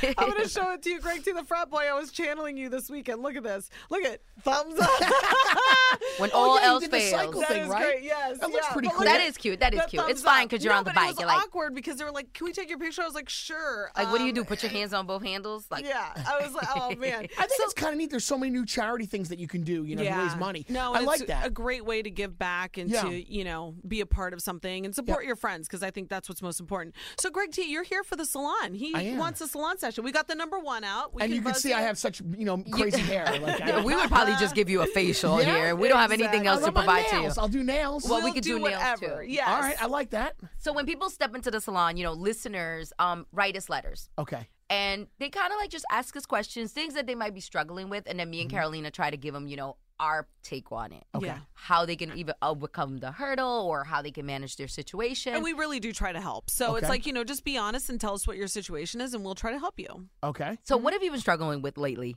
to you. I'm gonna show it to you, Greg. To the frat boy, I was channeling you this weekend. Look at this. Look at thumbs up. When Oh, all yeah, you else did the fails. cycle That thing, is right? great, yes, That looks yeah, pretty but cool. look That is cute. That is That cute. It's thumbs fine up. because you're No, on the but it bike. was You're like, awkward because they were like, "Can we take your picture?" I was like, "Sure." like, what do you Um, do? Put your hands on both handles? Like, Yeah, I was like, "Oh man." I think it's kind of neat. There's so many new charity things that you can do, you know, to raise money. No, I and like it's that. A great way to give back and Yeah. to you know be a part of something and support your friends because I think that's what's most important. So, Greg T, you're here for the salon. He I am. wants a salon session. We got the number one out. We and you can buzz see I in. have such, you know, crazy hair. Like, I, Uh, we would probably just give you a facial Yeah, here. We don't have anything exactly. else I to love my provide to you. nails. I'll do nails. Well, we We'll could do do nails, whatever. too. Yes. All right, I like that. So when people step into the salon, you know, listeners um write us letters. Okay. and they kind of like just ask us questions, things that they might be struggling with, and then me and Carolina try to give them, you know, our take on it. Okay. Yeah. How they can even overcome the hurdle or how they can manage their situation. And we really do try to help. So it's Okay. like, you know, just be honest and tell us what your situation is and we'll try to help you. Okay. so what have you been struggling with lately?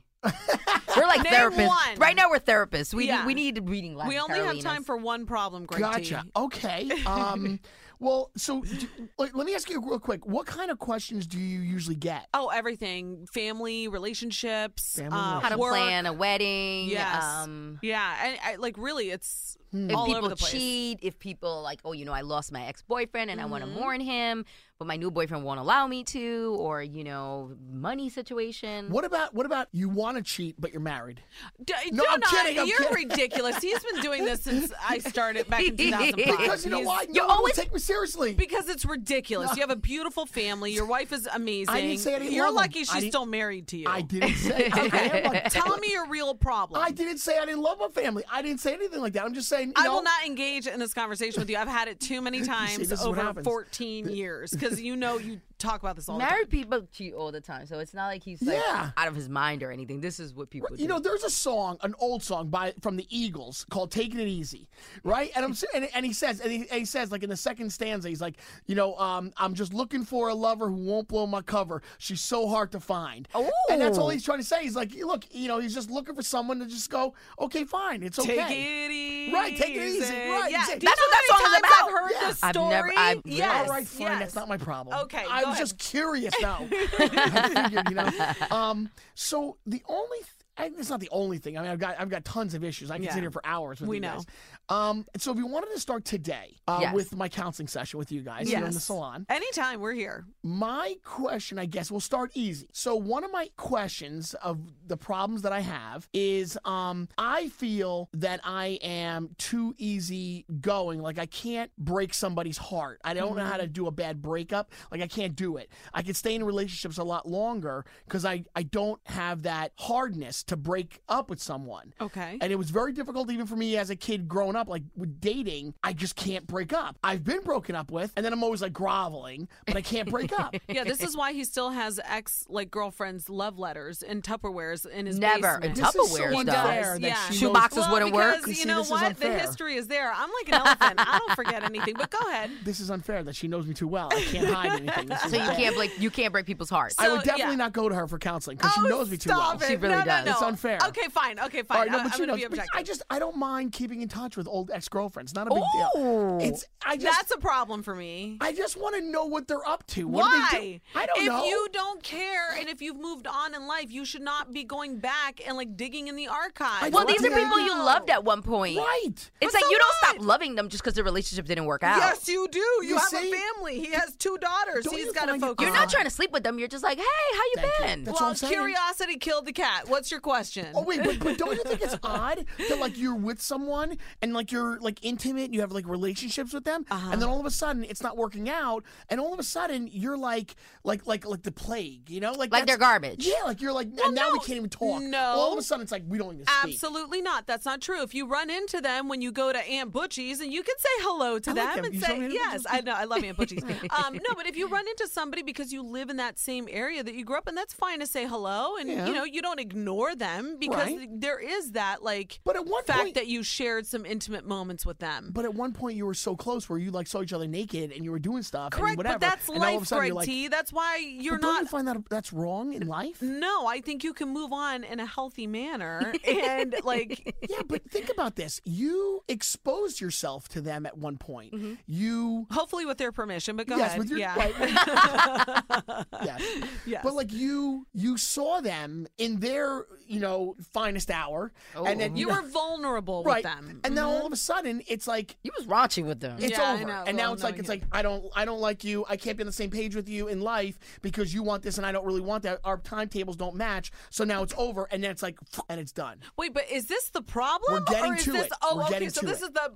we're like Mm-hmm. Name therapists. one. Right now we're therapists. We Yeah. need, we need reading glasses. we only Carolinas. have time for one problem, Greg. T. Gotcha. Okay. Um, well, so d- like, let me ask you real quick. What kind of questions do you usually get? Oh, everything. Family, relationships, Family uh, how to work. plan a wedding. Yes. Um yeah. I, I, like, really, it's Hmm. if all over people the place. cheat, if people like, oh, you know, I lost my ex boyfriend and I want to mourn him, but my new boyfriend won't allow me to, or you know, money situation. What about what about you want to cheat but you're married? D- No, do I'm not- kidding, I'm you're kidding. ridiculous. He's been doing this since I started back in 2005. Because you know He's- why? No you're one will always- take me seriously. Because it's ridiculous. You have a beautiful family. Your wife is amazing. say I didn't you're love him. lucky I she's didn't- still married to you. I didn't say. okay, I'm like, Tell me your real problem. I didn't say I didn't love my family. I didn't say anything like that. I'm just saying. I no, will not engage in this conversation with you. I've had it too many this times is what over happens. 14 years because you know you talk about this all the time. Married people cheat all the time, so it's not like he's like Yeah. out of his mind or anything. This is what people do. You know, there's a song, an old song by from the Eagles called "Taking It Easy," right? And I'm s- and, and he says and he, and he says like in the second stanza, he's like, you know, um, I'm just looking for a lover who won't blow my cover. She's so hard to find. Oh, and that's all he's trying to say. He's like, look, you know, he's just looking for someone to just go, okay, fine, it's okay. Take it easy. Right, take it easy. Right, Yeah. exa- Do you That's know what how that many song is times about. I've heard Yeah. this I've story. never- I've- yes. All right, fine. yes. That's not my problem. Okay, I go was just ahead. curious now. I figured, you know. Um, so the only, th- I, it's not the only thing. I mean, I've got, I've got tons of issues. I can Yeah. sit here for hours with We you know. guys. Um, so if you wanted to start today uh, Yes. with my counseling session with you guys here in the Yes. salon, Anytime we're here. my question, I guess, will start easy. So one of my questions of the problems that I have is, um, I feel that I am too easy going. Like I can't break somebody's heart. I don't know how to do a bad breakup. Like I can't do it. I could stay in relationships a lot longer because I I don't have that hardness to break up with someone. Okay. And it was very difficult even for me as a kid growing up, like with dating, I just can't break up. I've been broken up with, and then I'm always like groveling, but I can't break up. yeah, this is why he still has ex like girlfriends love letters in Tupperwares in his Never in basement. This is so Tupperware He stuff. unfair does, that yeah. she Shoe knows- boxes well, wouldn't work. because See, you know this is what? The unfair. history is there. I'm like an elephant. I don't forget anything. But go ahead. This is unfair that she knows me too well. I can't hide anything. This is so you bad. can't like you can't break people's hearts. I So, would definitely yeah. not go to her for counseling because oh, she knows me too well. stop It. She really no, does. No, no. It's unfair. Okay, fine. Okay, fine. All right, no, I- but I'm gonna you know, be but objective. I just I don't mind keeping in touch with old ex girlfriends. Not a big Ooh. deal. It's I just That's a problem for me. I just want to know what they're up to. What Why? do they do? I don't if know. you don't care and if you've moved on in life, you should not be going back and like digging in the archives. well, don't these are do that. people you loved at one point. right. It's But like so you don't what? stop loving them just because the relationship didn't work out. Yes, you do. You, You have see? a family. He has two daughters. Don't He's you got to find it focus. You're on- not trying to sleep with them. You're just like, hey, how you Thank you. been? That's- what Well, I'm saying. curiosity killed the cat. What's your question? Oh wait, but, but don't you think it's odd that like you're with someone and like you're like intimate, and you have like relationships with them, Uh-huh. and then all of a sudden it's not working out, and all of a sudden you're like like like like the plague, you know, like Like they're that's- garbage. Yeah, like you're like and now we can't even talk. no. all of a sudden it's like we don't even speak. Absolutely not. That's not true. If you run into them when you go to Aunt Butchie's, and you can say hello to I like them them. and You saw me say at Aunt yes, Butchie's? I know I love Aunt Butchie's. um, no, but if you run into somebody because you live in that same area that you grew up in, that's fine to say hello, and Yeah. you know you don't ignore them because Right. there is that like But at one fact point- that you shared some intimate moments with them. But at one point you were so close where you like saw each other naked and you were doing stuff. and Correct, whatever, but that's and all of a life, sudden Greg you're like, T. That's why you're but don't not you find that that's wrong in life? No, I think you can move on in a healthy manner. And like, Yeah, but think about this. You exposed yourself to them at one point. Mm-hmm. You hopefully with their permission, but go yes, ahead. with your yeah. right, right. yes. Yes. But like you you saw them in their, you know, finest hour. and then you know, were vulnerable right, Oh, with them. Mm-hmm. And then all of a sudden it's like You was raunchy with them. it's Yeah, I over. know. And now Well, it's no, like you- it's like I don't I don't like you. I can't be on the same page with you in life because you want this and I don't really want that. Our timetables don't match. So now it's over and then it's like and it's done. Wait, but is this the problem? We're getting or is to this, it. Oh, We're okay. getting So to this it. is the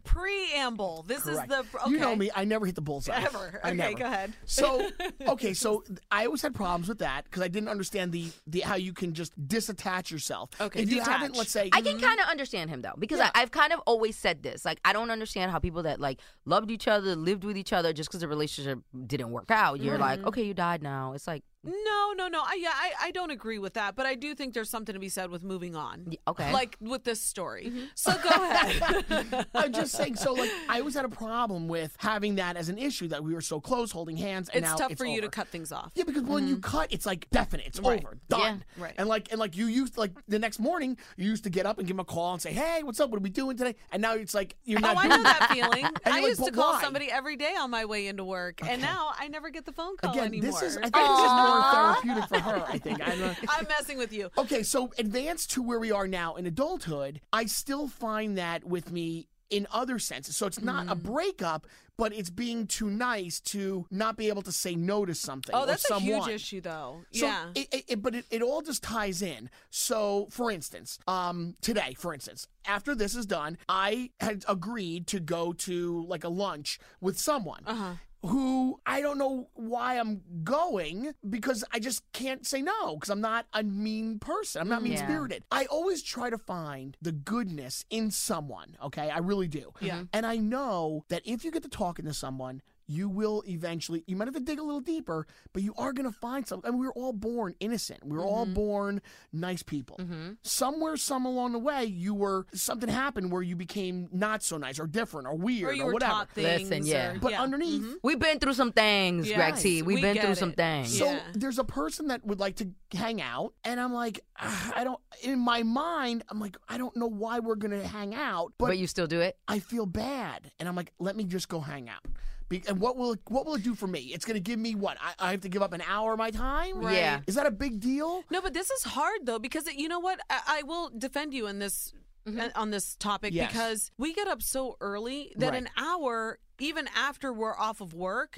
preamble. This Correct. is the. Okay. You know me. I never hit the bullseye. Ever. I Okay, never. go ahead. So okay, so I always had problems with that because I didn't understand the, the how you can just disattach yourself. Okay, if you haven't, detach. let's say I can Mm-hmm. kind of understand him though, because I, I've kind of always said this. Like, I don't understand how people that like loved each other, lived with each other, just because the relationship didn't work out. You're Mm-hmm. like, okay, you died now. It's like, No, no, no. I, yeah, I, I don't agree with that, but I do think there's something to be said with moving on. okay. Like with this story. Mm-hmm. So go ahead. I'm just saying. So like I always had a problem with having that as an issue that we were so close, holding hands. And it's now tough for you to over. cut things off. Mm-hmm. Yeah, because when you cut, it's like definite. It's Right. over, done. Yeah, right. And like, and like you used like the next morning, you used to get up and give them a call and say, "Hey, what's up? What are we doing today?" And now it's like you're Oh, not. I doing know that feeling. I like, used to but call why? somebody every day on my way into work, and now I never get the phone call Again, anymore. this is I think Oh, this is more therapeutic for her. I think. I don't I'm messing with you. Okay, so advanced to where we are now in adulthood, I still find that with me in other senses. So it's not Mm. a breakup, but it's being too nice to not be able to say no to something. Oh, or that's a huge someone. issue, though. So yeah. it, it, it- but it, it all just ties in. So, for instance, um, today, for instance, after this is done, I had agreed to go to like a lunch with someone. Uh-huh. Who I don't know why I'm going because I just can't say no because I'm not a mean person. I'm not Mm, mean spirited. I always try to find the goodness in someone, okay? I really do. Yeah. And I know that if you get to talking to someone, you will eventually, you might have to dig a little deeper, but you are going to find something. I mean, we were all born innocent. We were all Mm-hmm. born nice people. Somewhere, some along the way, you were, something happened where you became not so nice or different or weird or or, you were whatever. taught things. Mm-hmm. Listen, yeah. or- But underneath, We've been through some things, Greg T. Yes, We've we been get through some it. things. So Yeah. there's a person that would like to hang out, and I'm like, "Ah, I don't. In my mind, I'm like, I don't know why we're gonna hang out, but, but, you still do it? I feel bad, and I'm like, let me just go hang out. Be- and what will it, what will it do for me? It's gonna give me what? I, I have to give up an hour of my time. Right. Yeah. Is that a big deal? No, but this is hard though because it, you know what? I, I will defend you in this uh, on this topic Mm-hmm. Yes. because we get up so early that Right. Mm-hmm. an hour, even after we're off of work.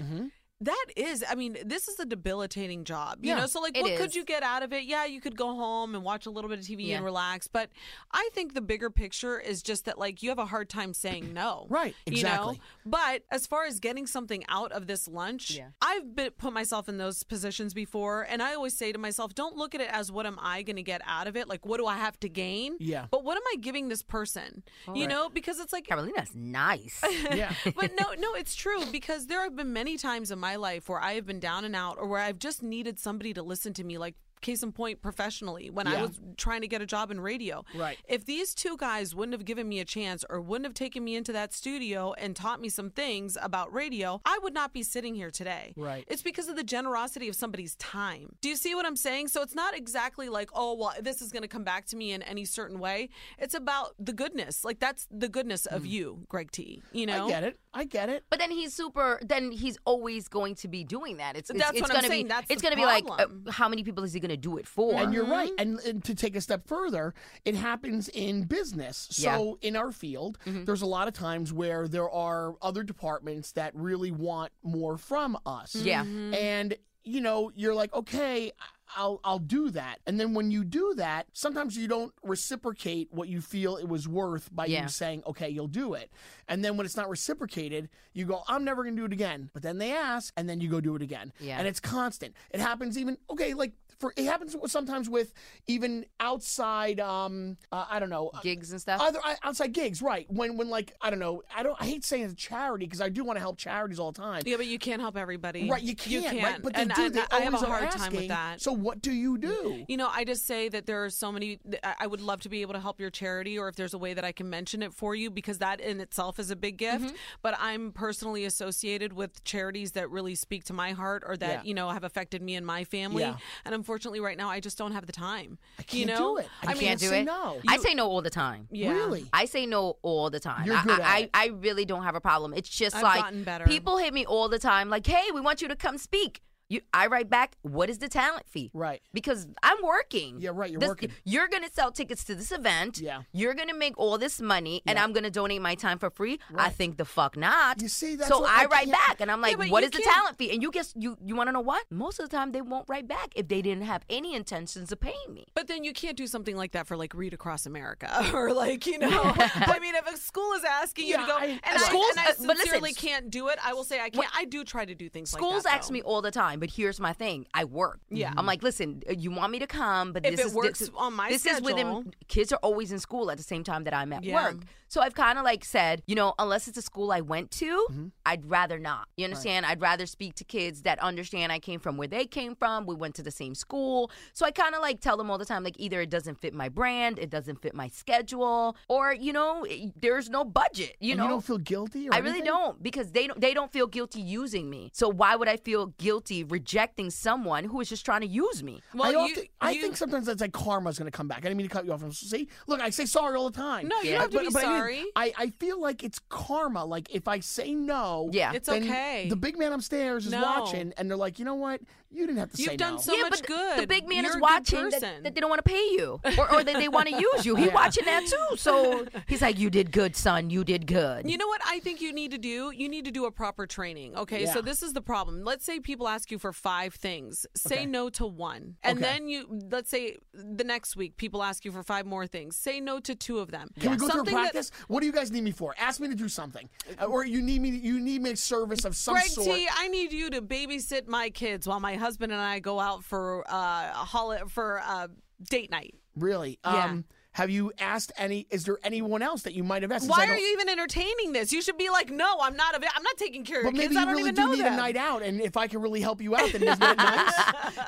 that is, I mean, this is a debilitating job, you Yeah, know. So, like, it what could is. you get out of it? Yeah, you could go home and watch a little bit of TV Yeah. and relax, but I think the bigger picture is just that, like, you have a hard time saying no, Right, You exactly. know? But as far as getting something out of this lunch, Yeah. I've been, put myself in those positions before, and I always say to myself, don't look at it as what am I going to get out of it? Like, what do I have to gain? Yeah. But what am I giving this person? you know, because it's like Carolina's nice. yeah. but no, no, it's true because there have been many times in my life where I have been down and out or where I've just needed somebody to listen to me, like case in point professionally when I Yeah. was trying to get a job in radio. Right. If these two guys wouldn't have given me a chance or wouldn't have taken me into that studio and taught me some things about radio, I would not be sitting here today. Right. It's because of the generosity of somebody's time. Do you see what I'm saying? So it's not exactly like, oh, well, this is going to come back to me in any certain way. It's about the goodness. Like that's the goodness of you, Greg T. You know? Hmm. I get it. I get it. But then he's super. Then he's always going to be doing that. It's, it's That's it's what I'm gonna be saying. That's it's the gonna be like problem. uh, how many people is he gonna do it for? And you're right. Mm-hmm. And, and to take a step further, it happens in business. So in our field, Mm-hmm. there's a lot of times where there are other departments that really want more from us. Yeah. Mm-hmm. And you know, you're like, okay, I'll I'll do that. And then when you do that, sometimes you don't reciprocate what you feel it was worth by Yeah. you saying, okay, you'll do it. And then when it's not reciprocated, you go, I'm never gonna do it again. But then they ask, and then you go do it again. Yeah. And it's constant. It happens even okay, like for it happens with- sometimes with even outside um uh, I don't know uh, gigs and stuff. other I- outside gigs right when when like I don't know I don't I hate saying it's charity because I do want to help charities all the time Yeah, but you can't help everybody. Right, you can't. Right? But they and do. I, they I have a always are hard time asking, with that. So what do you do? you know, I just say that there are so many. I I would love to be able to help your charity, or if there's a way that I can mention it for you, because that in itself is a big gift. Mm-hmm. But I'm personally associated with charities that really speak to my heart, or that Yeah. you know have affected me and my family. Yeah. And unfortunately, right now, I just don't have the time. I you can't know? do it. I I mean, can't do say it. no. I You- say no all the time. Yeah. Really? I say no all the time. You're I, good I, at it. I, I really don't have a problem. It's just I've like gotten better. people hit me all the time, like, "Hey, we want you to come speak." You, I write back, "What is the talent fee?" Right. Because I'm working. Yeah, right, you're working. You're gonna sell tickets to this event. Yeah. You're gonna make all this money, and I'm gonna donate my time for free. I think the fuck not. You see, that's so what I, I write can't- back, and I'm like, but "What you is the can't- talent fee?" And you guess you you want to know what? Most of the time, they won't write back if they didn't have any intentions of paying me. But then you can't do something like that for like Read Across America or like you know. I mean, if a school is asking you Yeah, to go, I- and, I- I, Schools- and I uh, but listen, sincerely can't do it, I will say I can't. I do try to do things. like Schools that, ask though. me all the time, but here's my thing: I work. Yeah, I'm like, listen, uh, you want me to come, but If this it is works this, is- on my This is within schedule. kids are always in school at the same time that I'm at Yeah. work. So I've kind of like said, you know, unless it's a school I went to, Mm-hmm. I'd rather not. You understand? I'd rather speak to kids that understand I came from where they came from. We went to the same school, so I kind of like tell them all the time, like either it doesn't fit my brand, it doesn't fit my schedule, or you know, it- there's no budget. You And know, you don't feel guilty. Or I really anything? don't because they don't they don't feel guilty using me. So why would I feel guilty rejecting someone who is just trying to use me? Well, I, you- often, I you- think sometimes that's like karma's going to come back. I didn't mean to cut you off. I'm- See, look, I say sorry all the time. No, you don't have to be I mean, sorry. I, I feel like it's karma. Like if I say no, Yeah. It's then okay. The big man upstairs is No. watching, and they're like, you know what? You didn't have to You've say done no. so yeah, much but good. the big man You're is a good watching that, person. that they don't want to pay you, or, or that they want to use you. He's Yeah. watching that too, so he's like, "You did good, son. You did good." You know what I think you need to do? You need to do a proper training. Okay, so Yeah. this is the problem. Let's say people ask you for five things. Say no to one. And Okay. then you let's say the next week people ask you for five more things. Say no to two of them. Can we go Something through a that- practice? What do you guys need me for? Ask me to do something, Uh, or you need me. You need me a service of some Greg sort. T, I need you to babysit my kids while my husband and I go out for uh a holi- for uh date night. Really? Yeah. Um Have you asked any? Is there anyone else that you might have asked? It's Why like, are you even entertaining this? You should be like, no, I'm not. Av- I'm not taking care of your But maybe kids. I you don't really even do know need them. a night out, and if I can really help you out, then isn't that nice?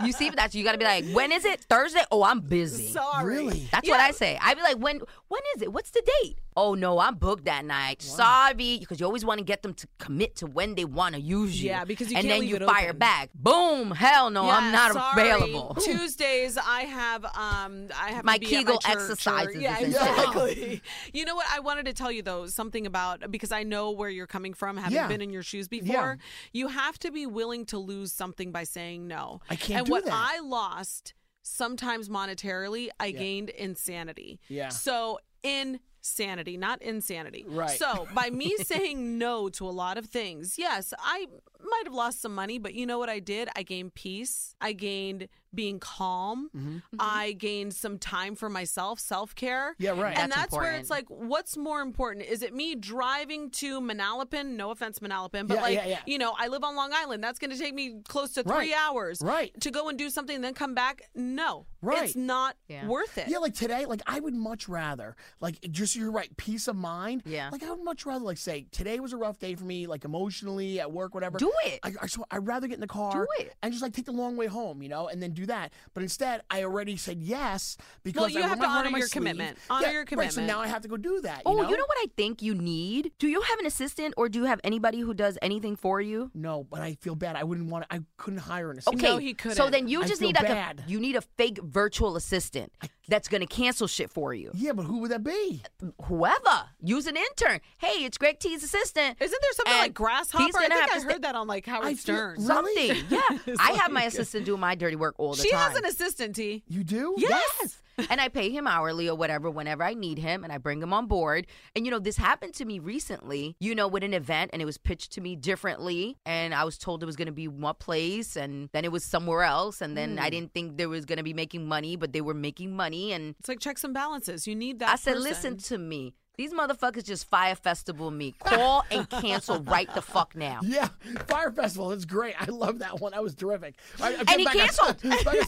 You see, but that's you got to be like, when is it? Thursday? Oh, I'm busy. Sorry. Really? That's what I say. I'd be like, when when is it? What's the date? Oh no, I'm booked that night. Sorry, because you always want to get them to commit to when they want to use you. Yeah, because you and can't then leave you it fire open. back. Boom! Hell no, I'm Yeah, not sorry. available. Tuesdays, I have um, I have to My be at Kegel church or- exercises Yeah, is in exactly. you know what? I wanted to tell you though something about because I know where you're coming from, having Yeah. been in your shoes before. You have to be willing to lose something by saying no. I can't And do what that. I lost, sometimes monetarily, I gained insanity. Yeah. So insanity, not insanity. Right. So by me saying no to a lot of things, yes, I might have lost some money, but you know what I did? I gained peace. I gained being calm. Mm-hmm. Mm-hmm. I gained some time for myself, self care. Yeah, right. And That's that's, where it's like, important. what's more important? Is it me driving to Manalapan? No offense, Manalapan, but Yeah, like, yeah, yeah. you know, I live on Long Island. That's going to take me close to three Right. hours. Right. To go and do something and then come back? No. Right. It's not Yeah. worth it. Yeah, like today, like I would much rather, like just you're right, peace of mind. Yeah. Like I would much rather, like say today was a rough day for me, like emotionally at work, whatever. Do it. I, I swear, I'd rather get in the car Do it. and just like take the long way home, you know, and then do that. But instead, I already said yes because you I have want my to heart on honor my your sleeve. commitment. Honor Yeah, your Right, so commitment. now I have to go do that. Oh, you know, what I think you need? Do you have an assistant or do you have anybody who does anything for you? No, but I feel bad. I wouldn't want. I couldn't hire an assistant. Okay, he so couldn't. then you I just feel need like bad. a you need a fake virtual assistant that's gonna cancel shit for you. Yeah, but who would that be? Whoever use an intern. Hey, it's Greg T's assistant. Isn't there something And like grasshopper? He's I gonna think have I to heard stay- that on like Howard I feel- Stern. Really? something. Yeah, I have my assistant do my dirty work all the She time. has an assistant, T. You do? Yes. and I pay him hourly or whatever whenever I need him and I bring him on board. And you know, this happened to me recently, you know, with an event and it was pitched to me differently and I was told it was going to be one place and then it was somewhere else and then Hmm. I didn't think there was going to be making money, but they were making money and It's like checks and balances. You need that. I said, person. "Listen to me. These motherfuckers just fire festival me. Call and cancel right the fuck now." Yeah, Fire Festival. That's great. I love that one. That was terrific. I, I he canceled. I'm sorry.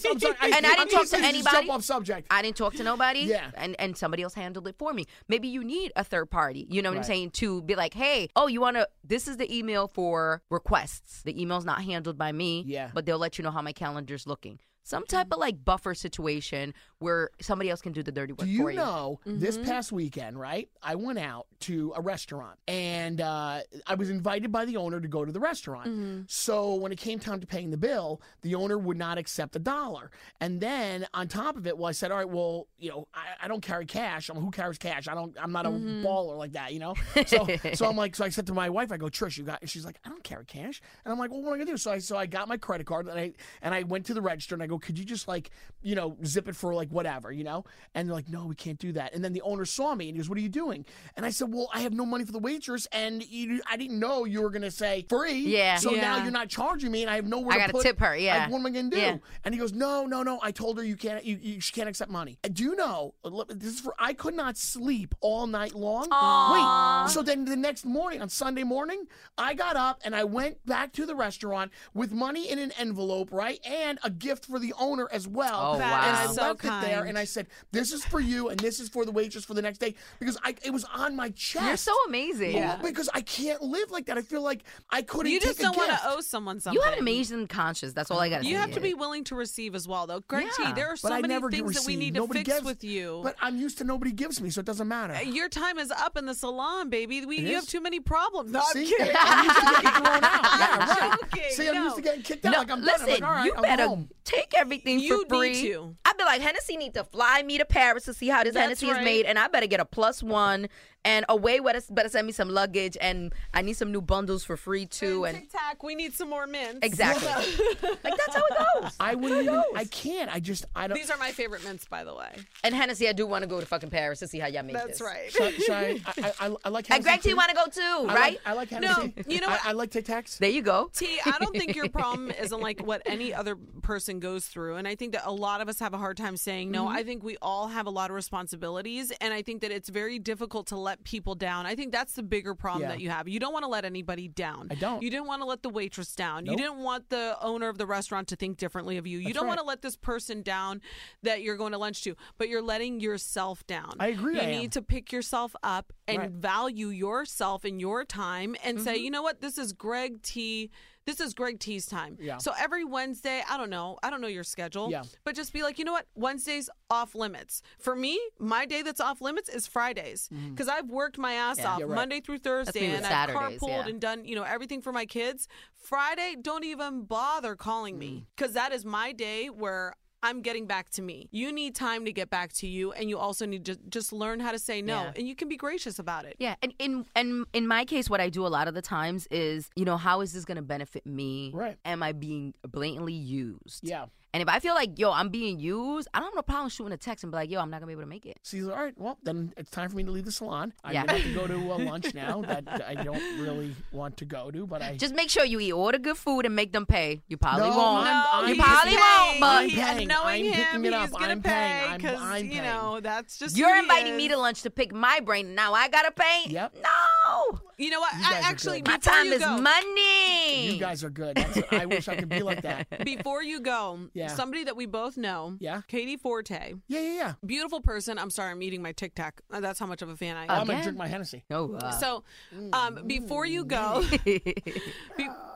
I, And I didn't talk I'm to easy just anybody. Jump off subject. I didn't talk to nobody. Yeah. And and somebody else handled it for me. Maybe you need a third party, you know what I'm saying, to be like, hey, oh, you wanna this is the email for requests. The email's not handled by me. Yeah. Mm-hmm. But they'll let you know how my calendar's looking. Some type of like buffer situation where somebody else can do the dirty work Do you for you. Mm-hmm. know this past weekend, right? I went out to a restaurant and uh, I was invited by the owner to go to the restaurant. Mm-hmm. So when it came time to paying the bill, the owner would not accept a dollar. And then on top of it, well, I said, all right, well, you know, I, I don't carry cash. I'm who carries cash? I don't. I'm not a Mm-hmm. baller like that, you know. So so I'm like, so I said to my wife, I go, Trish, you got? And she's like, I don't carry cash. And I'm like, well, what am I gonna do? So I so I got my credit card and I and I went to the register and I go, could you just like, you know, zip it for like whatever, you know? And they're like, no, we can't do that. And then the owner saw me and he goes, what are you doing? And I said, well, I have no money for the waitress and you, I didn't know you were gonna say free. Yeah. So now Yeah. you're not charging me and I have nowhere. I to gotta put- tip her, I- yeah. what am I gonna do? Yeah. And he goes, no, no, no. I told her you can't. You, you she can't accept money. Do you know? look, This is for. I could not sleep all night long. Wait. So then the next morning, on Sunday morning, I got up and I went back to the restaurant with money in an envelope, right, and a gift for the owner as well. Oh, That And is I so left it there kind. and I said, this is for you and this is for the waitress for the next day because I it was on my chest. You're so amazing. Well, Because I can't live like that. I feel like I couldn't. You just take a don't want to gift. owe someone something. You have an amazing conscience. That's all I gotta say. You have to be willing to receive as well, though. Greg T, Yeah, there are so but I many never things get that we received. need to nobody fix gives, with you. Uh, But I'm used to nobody gives me, so it doesn't matter. Your time is up in the salon, baby. We, you is? have too many problems. No, I'm See, kidding. I'm used to getting thrown out. Yeah, I'm right. joking. See, I'm No. used to getting kicked out. No, like I'm listen, done. I'm like, all right, you I'm better home. take everything You for free. need to. I'd be like, Hennessy need to fly me to Paris to see how this That's Hennessy right. is made, and I better get a plus one and away. Better better send me some luggage, and I need some new bundles for free too. And Tic Tac, we need some more mints. exactly, like that's how it goes. I wouldn't even. I can't. I just. I don't. These are my favorite mints, by the way. And Hennessy, I do want to go to fucking Paris to see how y'all make That's this. right. Should I- should I, I, I, I like. And Greg T, Hennessy want to go too. too, I right? Like, I like No, Hennessy. you know what? I, I like Tic Tacs. there you go. T, I don't think your problem is unlike what any other person goes through. And I think that a lot of us have a hard time saying Mm-hmm. no. I think we all have a lot of responsibilities. And I think that it's very difficult to let people down. I think that's the bigger problem Yeah. that you have. You don't want to let anybody down. I don't. You didn't want to let the waitress down. You didn't want the owner of the restaurant to think differently of you. You don't want to let this person down that you're going to lunch to, but you're letting yourself down. I agree, You I am. need to pick yourself up and value yourself and your time and say, Mm-hmm. you know what, this is Greg T. This is Greg T's time. Yeah. So every Wednesday, I don't know, I don't know your schedule. Yeah. But just be like, you know what, Wednesday's off limits. For me, my day that's off limits is Fridays because I've worked my ass off Mm. Yeah, right. Monday through Thursday me with and I've Saturdays, carpooled yeah. and done you know everything for my kids. Friday, don't even bother calling Mm. me because that is my day where. I'm getting back to me. You need time to get back to you, and you also need to just learn how to say no, Yeah. and you can be gracious about it. Yeah, and in and in my case, what I do a lot of the times is, you know, how is this going to benefit me? Right. Am I being blatantly used? Yeah. And if I feel like, yo, I'm being used, I don't have no problem shooting a text and be like, yo, I'm not going to be able to make it. So he's like, all right, well, then it's time for me to leave the salon. I'm Yeah. going to have to go to a lunch now that I don't really want to go to, but I. Just make sure you eat order good food and make them pay. You probably No, won't. I'm- I'm you he's probably paying. won't, but He- I'm paying. knowing I'm him, picking it he's up. gonna I'm paying. pay I'm- because I'm you paying. know that's just who you're he inviting me is. to lunch to pick my brain. Now I got to pay? Yep. No. You know what? You I guys are actually good. My before time you is go, money. you guys are good. That's, I wish I could be like that. Before you go, Yeah. somebody that we both know, Yeah. Katie Forte, Yeah, yeah, yeah. beautiful person. I'm sorry, I'm eating my Tic Tac. Uh, That's how much of a fan I am. Oh, I'm going Again? to drink my Hennessy. No. uh, So, Mm. um, before you go, be-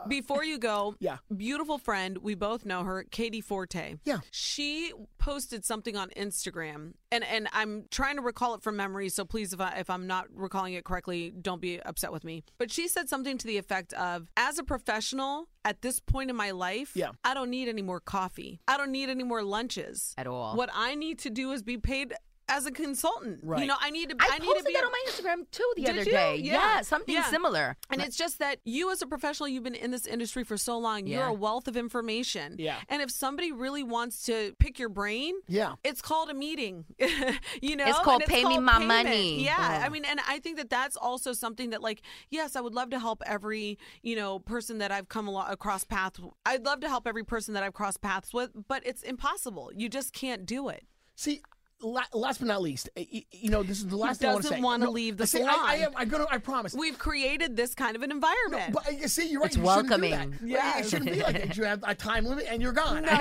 before you go, Yeah. beautiful friend, we both know her, Katie Forte. Yeah. she posted something on Instagram, and and I'm trying to recall it from memory. So please, if I if I'm not recalling it correctly, don't be upset with me. But she said something to the effect of, "As a professional." At this point in my life, Yeah. I don't need any more coffee. I don't need any more lunches At all. What I need to do is be paid as a consultant. You Right. know, I need to. I, I, need to posted be that a- on my Instagram too the Did other you? day. Yeah. something Yeah. similar. And it's just that you, as a professional, you've been in this industry for so long. You're Yeah. a wealth of information. Yeah. And if somebody really wants to pick your brain, Yeah. it's called a meeting. you know, It's called And pay me my payment. money. Yeah, I mean, and I think that that's also something that, like, yes, I would love to help every you know person that I've come alo- across paths. I'd love to help every person that I've crossed paths with, but it's impossible. You just can't do it. See, la- last but not least, y- y- you know, this is the last thing I want to doesn't say. wanna leave the see, I, I salon. am. I gonna. I promise. We've created this kind of an environment. but uh, you see, you're right. It's you shouldn't do that. welcoming. Like, It shouldn't be like that. You have a time limit and you're gone. No.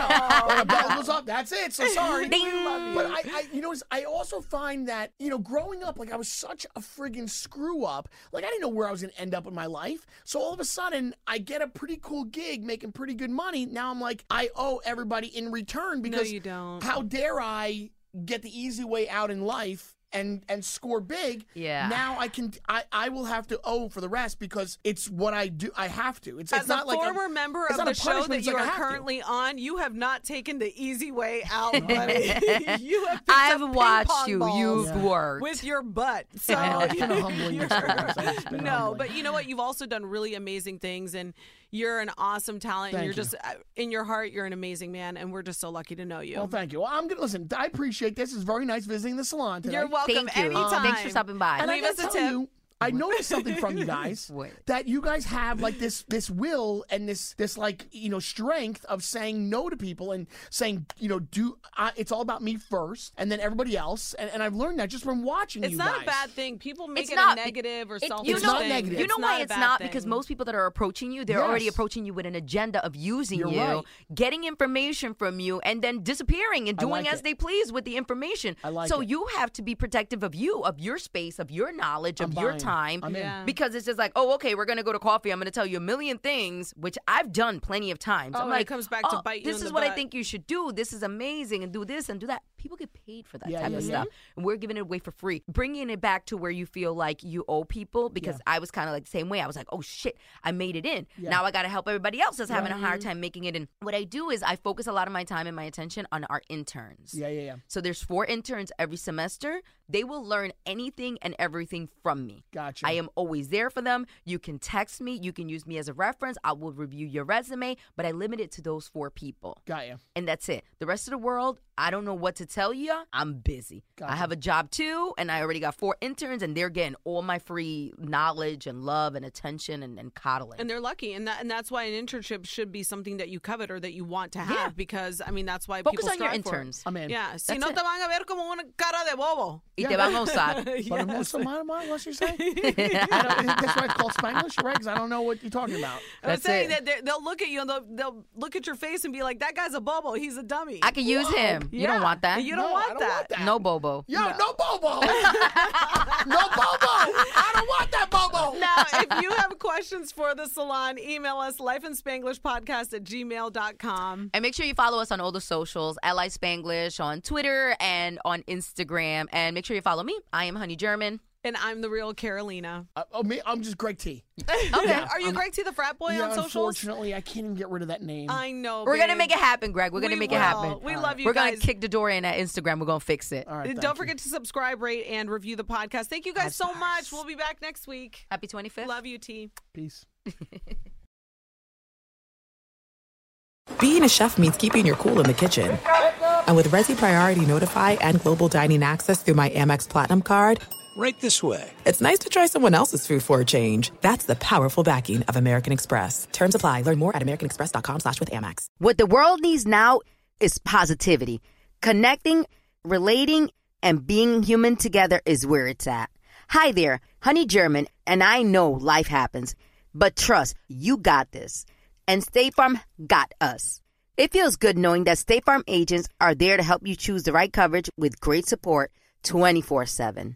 When a bell goes up, that's it. So sorry. Ding. We love you. But I, I, you know, I also find that, you know, growing up, like I was such a friggin' screw up. Like I didn't know where I was going to end up in my life. So all of a sudden, I get a pretty cool gig making pretty good money. Now I'm like, I owe everybody in return because you don't. how dare I get the easy way out in life? And, and score big. Yeah. Now I can I, I will have to owe for the rest because it's what I do. I have to. It's, As it's not a like former member it's of not the a show punishment, that it's you like I are have to. currently on, you have not taken the easy way out. honey. you have picked I've up ping watched pong you. balls You've Yeah. worked. with your butt. So I know, it's been a humbling you're- experience. It's been no, humbling. but you know what? You've also done really amazing things, and you're an awesome talent. and Thank you're you. just uh, in your heart, you're an amazing man, and we're just so lucky to know you. Well, thank you. Well, I'm gonna listen. I appreciate this. It's very nice visiting the salon today. you're welcome Thank you. anytime. Thanks for stopping by. And I Leave gotta us a tell tip. You, I noticed something from you guys Wait. that you guys have like this this will and this this like you know strength of saying no to people and saying you know do I, it's all about me first and then everybody else and, and I've learned that just from watching It's you not a guys. bad thing. People make It's it not- a negative or It- selfish. you It's know, not negative. You know why a it's bad not? thing. Because most people that are approaching you, they're already Yes. approaching you with an agenda of using You're you, right. getting information from you, and then disappearing and doing like as it. they please with the information. I like so it. you have to be protective of you, of your space, of your knowledge, of I'm your buying. time. I'm in. Yeah. Because it's just like, oh, okay, we're gonna go to coffee. I'm gonna tell you a million things, which I've done plenty of times. Oh, I'm and it like, comes back to oh, bite you This in is the what I butt. think you should do. This is amazing, and do this and do that. People get paid for that Yeah, type yeah, of yeah. stuff. And we're giving it away for free, bringing it back to where you feel like you owe people. Because I was kind of like the same way. I was like, oh shit, I made it in. Now I got to help everybody else that's having a hard time making it in. What I do is I focus a lot of my time and my attention on our interns. Yeah, yeah, yeah. So there's four interns every semester. They will learn anything and everything from me. Gotcha. I am always there for them. You can text me. You can use me as a reference. I will review your resume, but I limit it to those four people Got you. and that's it. The rest of the world, I don't know what to tell you, I'm busy. I have a job too, and I already got four interns, and they're getting all my free knowledge and love and attention and, and coddling. And they're lucky, and that, and that's why an internship should be something that you covet or that you want to have because I mean that's why Focus people on your strive for it. interns. I'm in. Yeah, si no te van a ver como una cara de bobo. Y te van a usar. But I'm also mine, mine, what's you say? I don't- that's why it's called Spanglish, right? 'Cause I don't know what you're talking about. I'm That's saying that it. they- they'll look at you and they'll, they'll look at your face and be like, "That guy's a bobo. He's a dummy." I could use him. You don't Yeah, want that. You don't, No, I want, don't that. want that. No Bobo. Yo, no, Bobo. no Bobo. I don't want that Bobo. Now, if you have questions for the salon, email us lifeinspanglishpodcast at gmail.com. And make sure you follow us on all the socials, Ally Spanglish on Twitter and on Instagram. And make sure you follow me. I am Honey German. And I'm the real Carolina. Uh, oh, me, I'm just Greg T. Okay. Are you Greg T the frat boy yeah, on socials? unfortunately, I can't even get rid of that name. I know. We're going to babe. make it happen, Greg. We're going to We make will. it happen. We love you We're guys. going to kick the door in at Instagram. We're going to fix it. All right, And thank Don't you. forget to subscribe, rate, and review the podcast. Thank you guys Five so stars. much. We'll be back next week. Happy 25th. Love you, T. Peace. Being a chef means keeping your cool in the kitchen. And with Resi Priority Notify and Global Dining Access through my Amex Platinum card, Right this way. it's nice to try someone else's food for a change. That's the powerful backing of American Express. Terms apply. Learn more at americanexpress.com slash with Amex. What the world needs now is positivity. Connecting, relating, and being human together is where it's at. Hi there, Honey German, and I know life happens, but trust, you got this. And State Farm got us. It feels good knowing that State Farm agents are there to help you choose the right coverage with great support 24 7.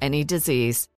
any disease.